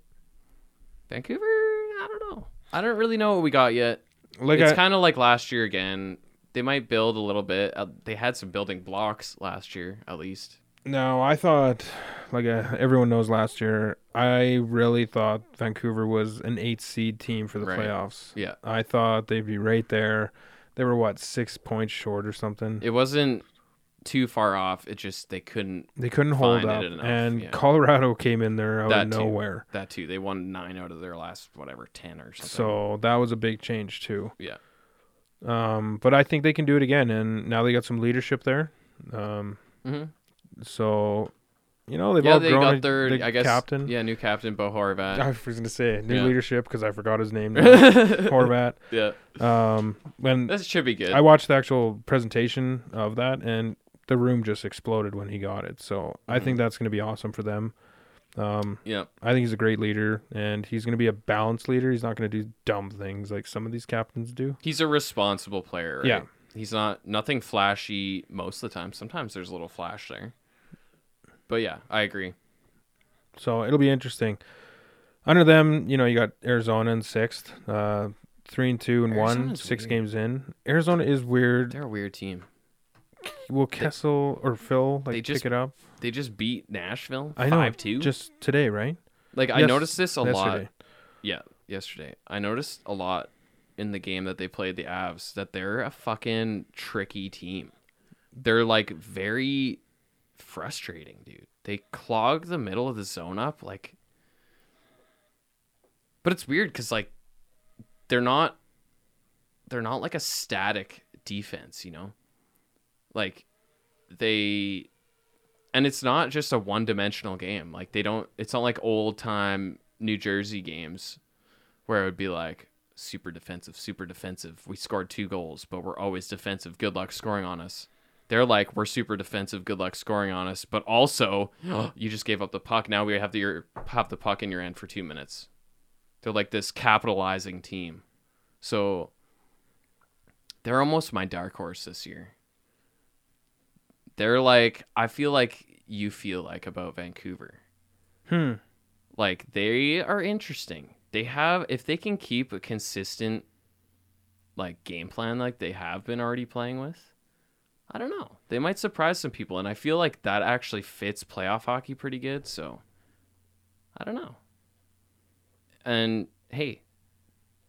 Speaker 2: Vancouver, I don't know. I don't really know what we got yet.
Speaker 3: like
Speaker 2: it's
Speaker 3: I,
Speaker 2: kind of like last year again. They might build a little bit. Uh, they had some building blocks last year, at least.
Speaker 3: no, I thought like uh, everyone knows last year. I really thought Vancouver was an eight seed team for the
Speaker 2: Right.
Speaker 3: playoffs.
Speaker 2: Yeah.
Speaker 3: I thought they'd be right there. They were what six points short or something.
Speaker 2: It wasn't too far off. It just they couldn't
Speaker 3: they couldn't hold
Speaker 2: Fine,
Speaker 3: up,
Speaker 2: they did enough,
Speaker 3: and
Speaker 2: yeah.
Speaker 3: Colorado came in there out
Speaker 2: That
Speaker 3: of
Speaker 2: too.
Speaker 3: nowhere.
Speaker 2: that too. They won nine out of their last whatever ten or something.
Speaker 3: So that was a big change too.
Speaker 2: Yeah.
Speaker 3: Um, but I think they can do it again, and now they got some leadership there. Um,
Speaker 2: hmm
Speaker 3: so you know they've
Speaker 2: yeah,
Speaker 3: all
Speaker 2: they
Speaker 3: grown
Speaker 2: got
Speaker 3: a
Speaker 2: their
Speaker 3: big
Speaker 2: I guess
Speaker 3: captain.
Speaker 2: Yeah, new captain Bo
Speaker 3: I
Speaker 2: Horvat.
Speaker 3: was gonna say new
Speaker 2: Yeah.
Speaker 3: leadership because I forgot his name, now.
Speaker 2: yeah,
Speaker 3: Horvat. Um, when
Speaker 2: that should be good.
Speaker 3: I watched the actual presentation of that, and the room just exploded when he got it. So I think
Speaker 2: Mm-hmm.
Speaker 3: that's gonna be awesome for them. Um,
Speaker 2: yeah,
Speaker 3: I think he's a great leader, and he's gonna be a balanced leader. He's not gonna do dumb things like some of these captains do.
Speaker 2: he's a responsible player. Right?
Speaker 3: Yeah.
Speaker 2: he's not nothing flashy most of the time. Sometimes there's a little flash there, but yeah, I agree.
Speaker 3: So it'll be interesting. Under them, you know, you got Arizona in sixth, uh, three and two and one,
Speaker 2: Arizona's
Speaker 3: six
Speaker 2: weird.
Speaker 3: games in. Arizona is weird.
Speaker 2: They're a weird team.
Speaker 3: Will Kessel or Phil
Speaker 2: they
Speaker 3: like
Speaker 2: just-
Speaker 3: pick it up?
Speaker 2: They just beat Nashville
Speaker 3: I know.
Speaker 2: five two.
Speaker 3: Just today, right?
Speaker 2: like I
Speaker 3: Yes,
Speaker 2: noticed this a lot.
Speaker 3: Yesterday.
Speaker 2: Yeah, yesterday. I noticed a lot in the game that they played the Avs that they're a fucking tricky team. They're like very frustrating, dude. They clog the middle of the zone up like But it's weird cuz like they're not they're not like a static defense, you know? Like they and it's not just a one-dimensional game. Like they don't it's not like old-time New Jersey games where it would be like super defensive, super defensive. We scored two goals, but we're always defensive. Good luck scoring on us. They're like we're super defensive. Good luck scoring on us, but also you just gave up the puck. Now we have the your, have the puck in your end for two minutes. They're like this capitalizing team, so they're almost my dark horse this year. They're like I feel like you feel like about Vancouver.
Speaker 3: Hmm.
Speaker 2: Like they are interesting. They have if they can keep a consistent like game plan like they have been already playing with. I don't know. They might surprise some people and I feel like that actually fits playoff hockey pretty good, so I don't know. And hey,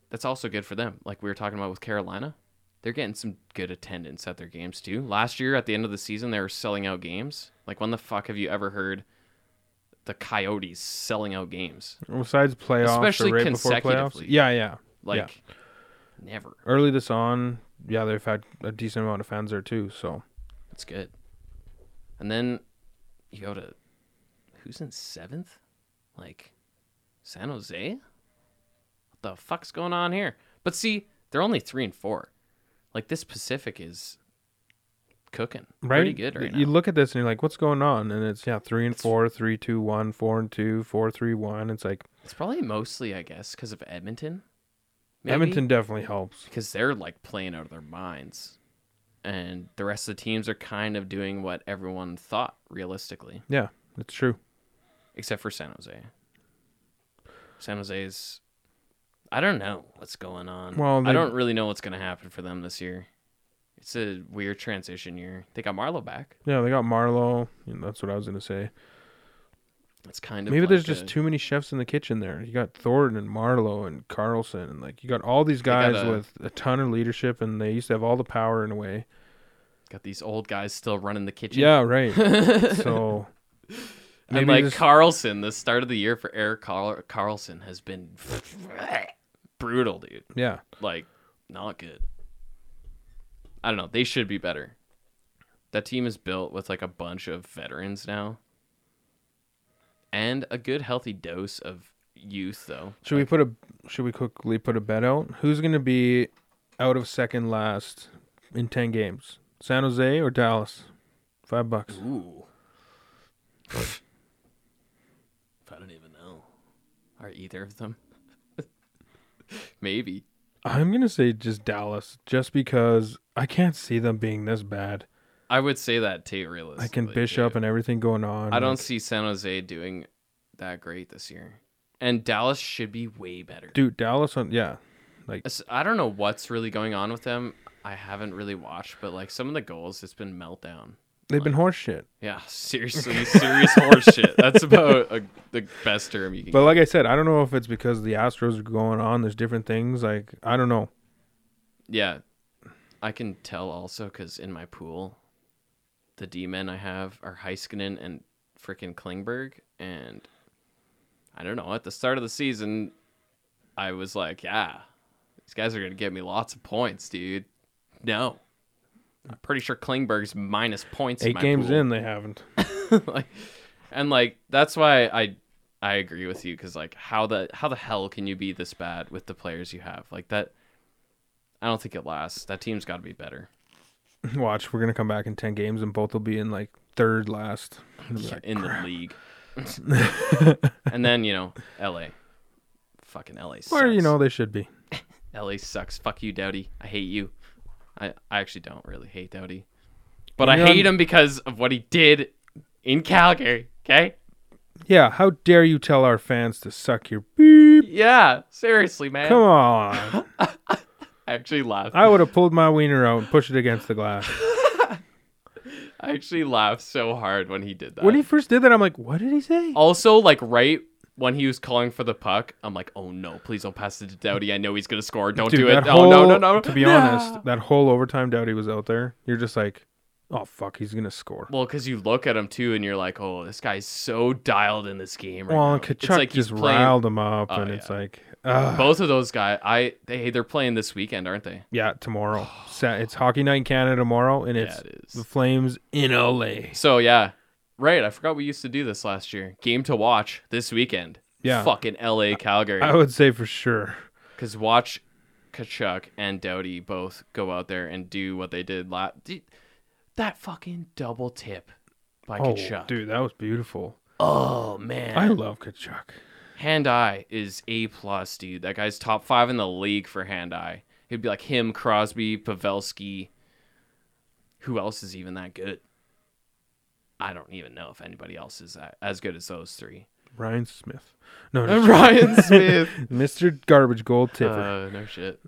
Speaker 2: that's also good for them. Like we were talking about with Carolina, they're getting some good attendance at their games too. Last year at the end of the season they were selling out games. Like when the fuck have you ever heard the Coyotes selling out games?
Speaker 3: Besides playoffs, or
Speaker 2: Especially
Speaker 3: right before playoffs.
Speaker 2: consecutively.
Speaker 3: Yeah, yeah.
Speaker 2: Like never.
Speaker 3: Early this on, yeah, they've had a decent amount of fans there too. So
Speaker 2: That's good. And then you go to who's in seventh? Like San Jose? What the fuck's going on here? But see, they're only three and four. Like this Pacific is cooking
Speaker 3: right,
Speaker 2: pretty good right now.
Speaker 3: You look at this and you're like, "What's going on?" And it's yeah, three and four, three two one, four and two, four three one. It's like
Speaker 2: it's probably mostly, I guess, because of Edmonton.
Speaker 3: Edmonton definitely helps.
Speaker 2: because they're like playing out of their minds, and the rest of the teams are kind of doing what everyone thought realistically.
Speaker 3: Yeah, it's true.
Speaker 2: except for San Jose. San Jose's I don't know what's going on.
Speaker 3: Well,
Speaker 2: I
Speaker 3: they-
Speaker 2: don't really know what's going to happen for them this year. It's a weird transition year. They got Marlowe back.
Speaker 3: Yeah, they got Marlowe. and that's what I was gonna say.
Speaker 2: It's kind of
Speaker 3: Maybe
Speaker 2: like
Speaker 3: there's just
Speaker 2: a-
Speaker 3: too many chefs in the kitchen there. You got Thornton and Marlowe and Carlson, and like you got all these
Speaker 2: got
Speaker 3: guys
Speaker 2: a-
Speaker 3: with a ton of leadership, and they used to have all the power in a way.
Speaker 2: got these old guys still running the kitchen.
Speaker 3: Yeah, right. so
Speaker 2: and
Speaker 3: maybe
Speaker 2: like
Speaker 3: this-
Speaker 2: Carlson, the start of the year for Eric Carl- Carlson has been brutal, dude.
Speaker 3: yeah,
Speaker 2: Like not good. I don't know. They should be better. That team is built with like a bunch of veterans now, and a good healthy dose of youth, though.
Speaker 3: should we put a should we quickly put a bet out? Who's gonna be out of second last in ten games? San Jose or Dallas? Five bucks.
Speaker 2: Ooh. I don't even know. Are either of them? Maybe.
Speaker 3: I'm gonna say just Dallas, just because I can't see them being this bad.
Speaker 2: I would say that too. Realistically,
Speaker 3: I can Bishop
Speaker 2: too.
Speaker 3: and everything going on.
Speaker 2: I don't
Speaker 3: like-
Speaker 2: see San Jose doing that great this year, and Dallas should be way better.
Speaker 3: dude. Dallas on yeah, like
Speaker 2: It's- I don't know what's really going on with them. I haven't really watched, but like some of the goals, it's been meltdown.
Speaker 3: they've been horse shit.
Speaker 2: Yeah, seriously, serious horse shit. That's about a, the best term you can.
Speaker 3: But like I said, I don't know if it's because the Astros are going on. There's different things. Like I don't know.
Speaker 2: yeah, I can tell also because in my pool, the D men I have are Heiskanen and freaking Klingberg, and I don't know. At the start of the season, I was like, yeah, these guys are gonna give me lots of points, dude. No. I'm pretty sure Klingberg's minus points. in
Speaker 3: Eight
Speaker 2: my
Speaker 3: games
Speaker 2: pool.
Speaker 3: in, they haven't.
Speaker 2: like, and like that's why I I agree with you because like how the how the hell can you be this bad with the players you have like that? I don't think it lasts. That team's got to be better.
Speaker 3: Watch, we're gonna come back in ten games, and both will be in like third last. And they'll be like,
Speaker 2: in the league. and then you know L.A. Fucking L.A. Sucks.
Speaker 3: Or you know they should be.
Speaker 2: L.A. sucks. Fuck you, Doughty. I hate you. I I actually don't really hate Doughty, but I
Speaker 3: Moving on.
Speaker 2: hate him because of what he did in Calgary. Okay.
Speaker 3: Yeah, how dare you tell our fans to suck your beep?
Speaker 2: Yeah. Seriously, man.
Speaker 3: Come on!
Speaker 2: I actually laughed.
Speaker 3: I would have pulled my wiener out and pushed it against the glass.
Speaker 2: I actually laughed so hard when he did that.
Speaker 3: When he first did that, I'm like, what did he say?
Speaker 2: also, like right when he was calling for the puck, I'm like, oh no, please don't pass it to Doughty. I know he's gonna score. Don't do it.
Speaker 3: that
Speaker 2: Oh no,
Speaker 3: whole-
Speaker 2: no, no.
Speaker 3: To be
Speaker 2: no.
Speaker 3: honest, that whole overtime doubt he was out there, you're just like, oh fuck, he's gonna score.
Speaker 2: Well, because you look at him too, and you're like, oh, this guy's so dialed in this game right
Speaker 3: Well,
Speaker 2: now.
Speaker 3: and Kachuk just riled him up,
Speaker 2: Oh,
Speaker 3: and it's like, Ugh.
Speaker 2: Both of those guys, I they they're playing this weekend, aren't they?
Speaker 3: yeah, tomorrow. Sa- it's hockey night in Canada tomorrow, and it's
Speaker 2: it is.
Speaker 3: the Flames in LA.
Speaker 2: So yeah, right. I forgot we used to do this last year. Game to watch this weekend.
Speaker 3: Yeah.
Speaker 2: fucking L.A. Calgary.
Speaker 3: I would say for sure.
Speaker 2: Because watch Kachuk and Doughty both go out there and do what they did last. That fucking double tip by
Speaker 3: Oh,
Speaker 2: Kachuk.
Speaker 3: dude, that was beautiful.
Speaker 2: Oh
Speaker 3: I
Speaker 2: man,
Speaker 3: love Kachuk.
Speaker 2: hand eye is a plus, dude. That guy's top five in the league for hand eye. It'd be like him, Crosby, Pavelski. Who else is even that good? I don't even know if anybody else is that, as good as those three.
Speaker 3: Ryan Smith. No, just-
Speaker 2: Ryan Smith.
Speaker 3: Mr. Garbage Gold Tipper.
Speaker 2: Uh, no shit.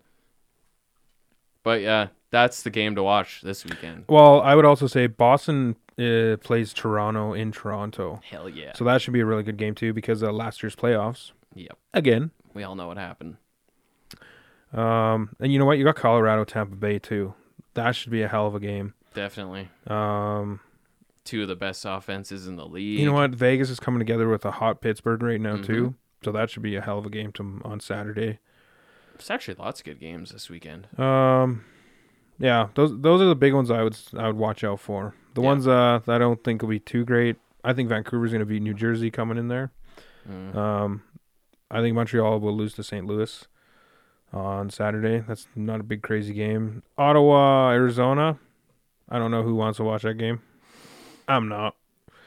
Speaker 2: But yeah, that's the game to watch this weekend.
Speaker 3: well, I would also say Boston uh, plays Toronto in Toronto.
Speaker 2: Hell yeah.
Speaker 3: So that should be a really good game too because uh, last year's playoffs
Speaker 2: Yep.
Speaker 3: again.
Speaker 2: We all know what happened.
Speaker 3: Um, and you know what? You got Colorado, Tampa Bay too. That should be a hell of a game.
Speaker 2: Definitely.
Speaker 3: Um,
Speaker 2: Two of the best offenses in the league.
Speaker 3: you know what? Vegas is coming together with a hot Pittsburgh right now too.
Speaker 2: Mm-hmm.
Speaker 3: So that should be a hell of a game to, on Saturday.
Speaker 2: It's actually lots of good games this weekend.
Speaker 3: Um, yeah, those those are the big ones I would s- I would watch out for. The
Speaker 2: Yeah.
Speaker 3: ones uh, that I don't think will be too great. I think Vancouver's going to beat New Jersey coming in there.
Speaker 2: Mm.
Speaker 3: Um, I think Montreal will lose to St. Louis on Saturday. That's not a big crazy game. Ottawa, Arizona. I don't know who wants to watch that game. I'm not.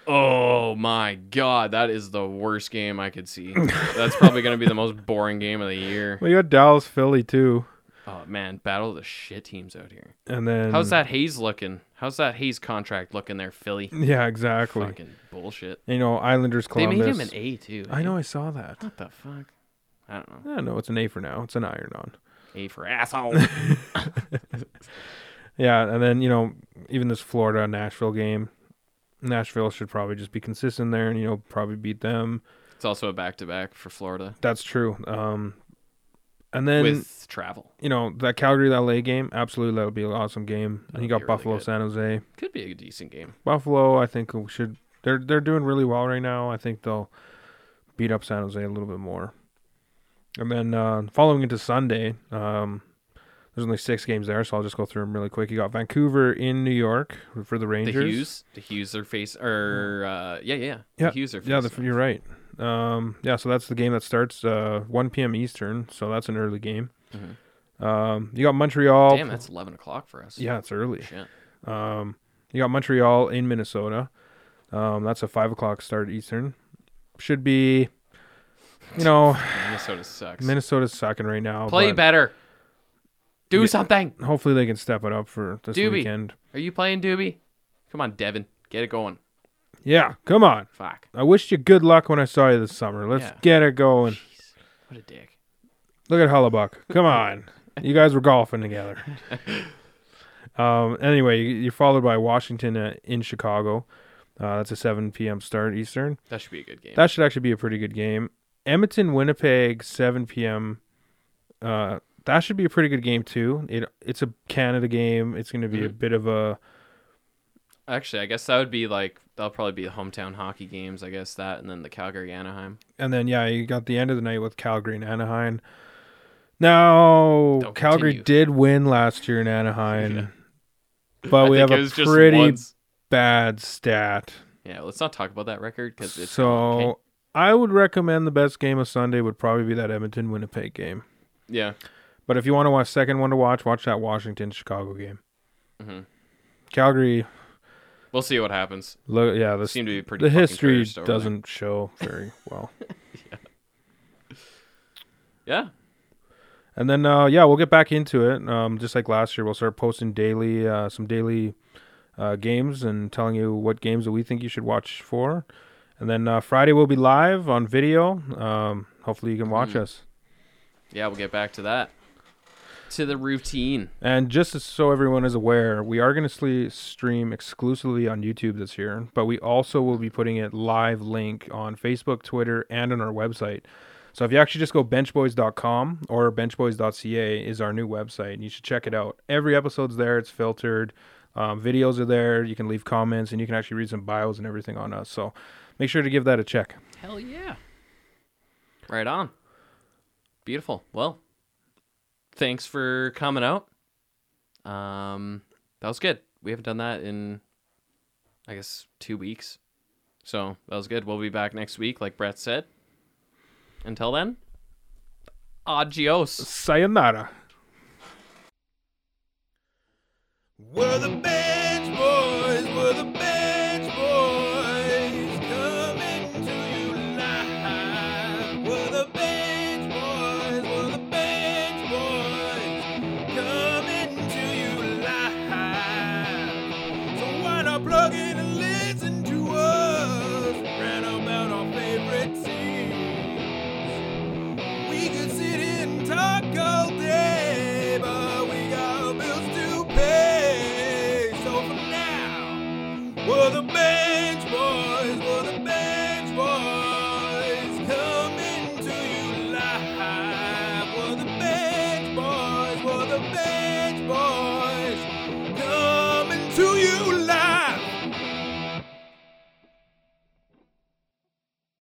Speaker 2: Oh my god, that is the worst game I could see. that's probably going to be the most boring game of the year.
Speaker 3: Well, you got Dallas, Philly too,
Speaker 2: Oh man, battle of the shit teams out here.
Speaker 3: and then
Speaker 2: How's that Hayes looking? How's that Hayes contract looking there, Philly?
Speaker 3: Yeah, exactly.
Speaker 2: Fucking bullshit.
Speaker 3: You know, Islanders, Columbus.
Speaker 2: They made him an A too.
Speaker 3: I know. I saw that.
Speaker 2: What the fuck? I don't know.
Speaker 3: Yeah, no, it's an A for now. It's an iron on.
Speaker 2: A for asshole.
Speaker 3: Yeah, and then you know, even this Florida Nashville game, Nashville should probably just be consistent there, and you know, probably beat them.
Speaker 2: it's also a back to back for Florida
Speaker 3: That's true. Um, and then
Speaker 2: with travel.
Speaker 3: you know that Calgary LA game, absolutely that would be an awesome game. And you
Speaker 2: That'd
Speaker 3: got
Speaker 2: be really
Speaker 3: Buffalo
Speaker 2: good.
Speaker 3: San Jose.
Speaker 2: Could be a decent game.
Speaker 3: Buffalo, I think we should. They're they're doing really well right now. I think they'll beat up San Jose a little bit more. And then uh, following into Sunday, um, there's only six games there, so I'll just go through them really quick. You got Vancouver in New York for the Rangers.
Speaker 2: The Hughes, the Hughes are face or uh, yeah, yeah,
Speaker 3: Yeah,
Speaker 2: The Hughes are face.
Speaker 3: Yeah, the, you're right. Um, yeah, so that's the game that starts uh, 1 p.m. Eastern, so that's an early game. Um, you got Montreal.
Speaker 2: Mm-hmm. Damn, that's eleven o'clock for us.
Speaker 3: yeah, it's early.
Speaker 2: Shit.
Speaker 3: Um, you got Montreal in Minnesota. Um, that's a five o'clock start Eastern. Should be, you know,
Speaker 2: Minnesota sucks.
Speaker 3: Minnesota's sucking right now.
Speaker 2: Play
Speaker 3: but
Speaker 2: better. Do
Speaker 3: Yeah.
Speaker 2: something.
Speaker 3: Hopefully they can step it up for this
Speaker 2: Doobie.
Speaker 3: weekend.
Speaker 2: Are you playing Doobie? Come on, Devin. Get it going.
Speaker 3: Yeah, come on.
Speaker 2: Fuck.
Speaker 3: I wished you good luck when I saw you this summer. Let's
Speaker 2: Yeah.
Speaker 3: get it going.
Speaker 2: Jeez. What a dick.
Speaker 3: Look at Hellebuck. Come on. You guys were golfing together. Um, anyway, you- you're followed by Washington uh, in Chicago. Uh, that's a 7 p.m. start Eastern.
Speaker 2: That should be a good game.
Speaker 3: That should actually be a pretty good game. Edmonton, Winnipeg, 7 p.m. Uh, that should be a pretty good game too. It it's a Canada game. It's going to be
Speaker 2: Mm-hmm.
Speaker 3: a bit of a
Speaker 2: Actually, I guess that would be like that'll probably be the hometown hockey games. I guess that and then the Calgary Anaheim.
Speaker 3: and then yeah, you got the end of the night with Calgary and Anaheim. Now
Speaker 2: Don't
Speaker 3: Calgary
Speaker 2: continue.
Speaker 3: did win last year in Anaheim,
Speaker 2: I
Speaker 3: but Oh, we
Speaker 2: think
Speaker 3: have
Speaker 2: it
Speaker 3: a
Speaker 2: was just
Speaker 3: pretty
Speaker 2: once.
Speaker 3: bad stat.
Speaker 2: Yeah, let's not talk about that record because it's
Speaker 3: So I would recommend the best game of Sunday would probably be that Edmonton Winnipeg game.
Speaker 2: yeah.
Speaker 3: But if you want to watch second one to watch, watch that Washington Chicago game.
Speaker 2: Mhm.
Speaker 3: Calgary,
Speaker 2: We'll see what happens.
Speaker 3: lo- yeah, the,
Speaker 2: Seem to be pretty.
Speaker 3: the
Speaker 2: fucking
Speaker 3: history
Speaker 2: cursed over there.
Speaker 3: doesn't show very well.
Speaker 2: Yeah,
Speaker 3: and then uh, yeah, we'll get back into it. Um, just like last year, we'll start posting daily uh, some daily uh, games and telling you what games that we think you should watch for. And then uh, Friday we'll be live on video. Um, hopefully you can watch
Speaker 2: Mm-hmm.
Speaker 3: us.
Speaker 2: yeah. We'll get back to that. To the routine.
Speaker 3: And just as- so everyone is aware, we are going to stream exclusively on YouTube this year, but we also will be putting it live link on Facebook, Twitter, and on our website. So if you actually just go benchboys.com or benchboys.ca is our new website, and you should check it out. Every episode's there, it's filtered. Um, videos are there. You can leave comments, and you can actually read some bios and everything on us. So make sure to give that a check.
Speaker 2: Hell yeah. Right on. Beautiful. Well, thanks for coming out. Um, that was good. We haven't done that in, I guess, two weeks. So that was good. We'll be back next week, like Brett said. Until then, adios.
Speaker 3: Sayonara.
Speaker 1: We're the Bench Boys, we're the Bench Boys, coming to you live. We're the Bench Boys, we're the Bench Boys, coming to you live. So why not plug in and listen to us, rant about our favorite teams? We could sit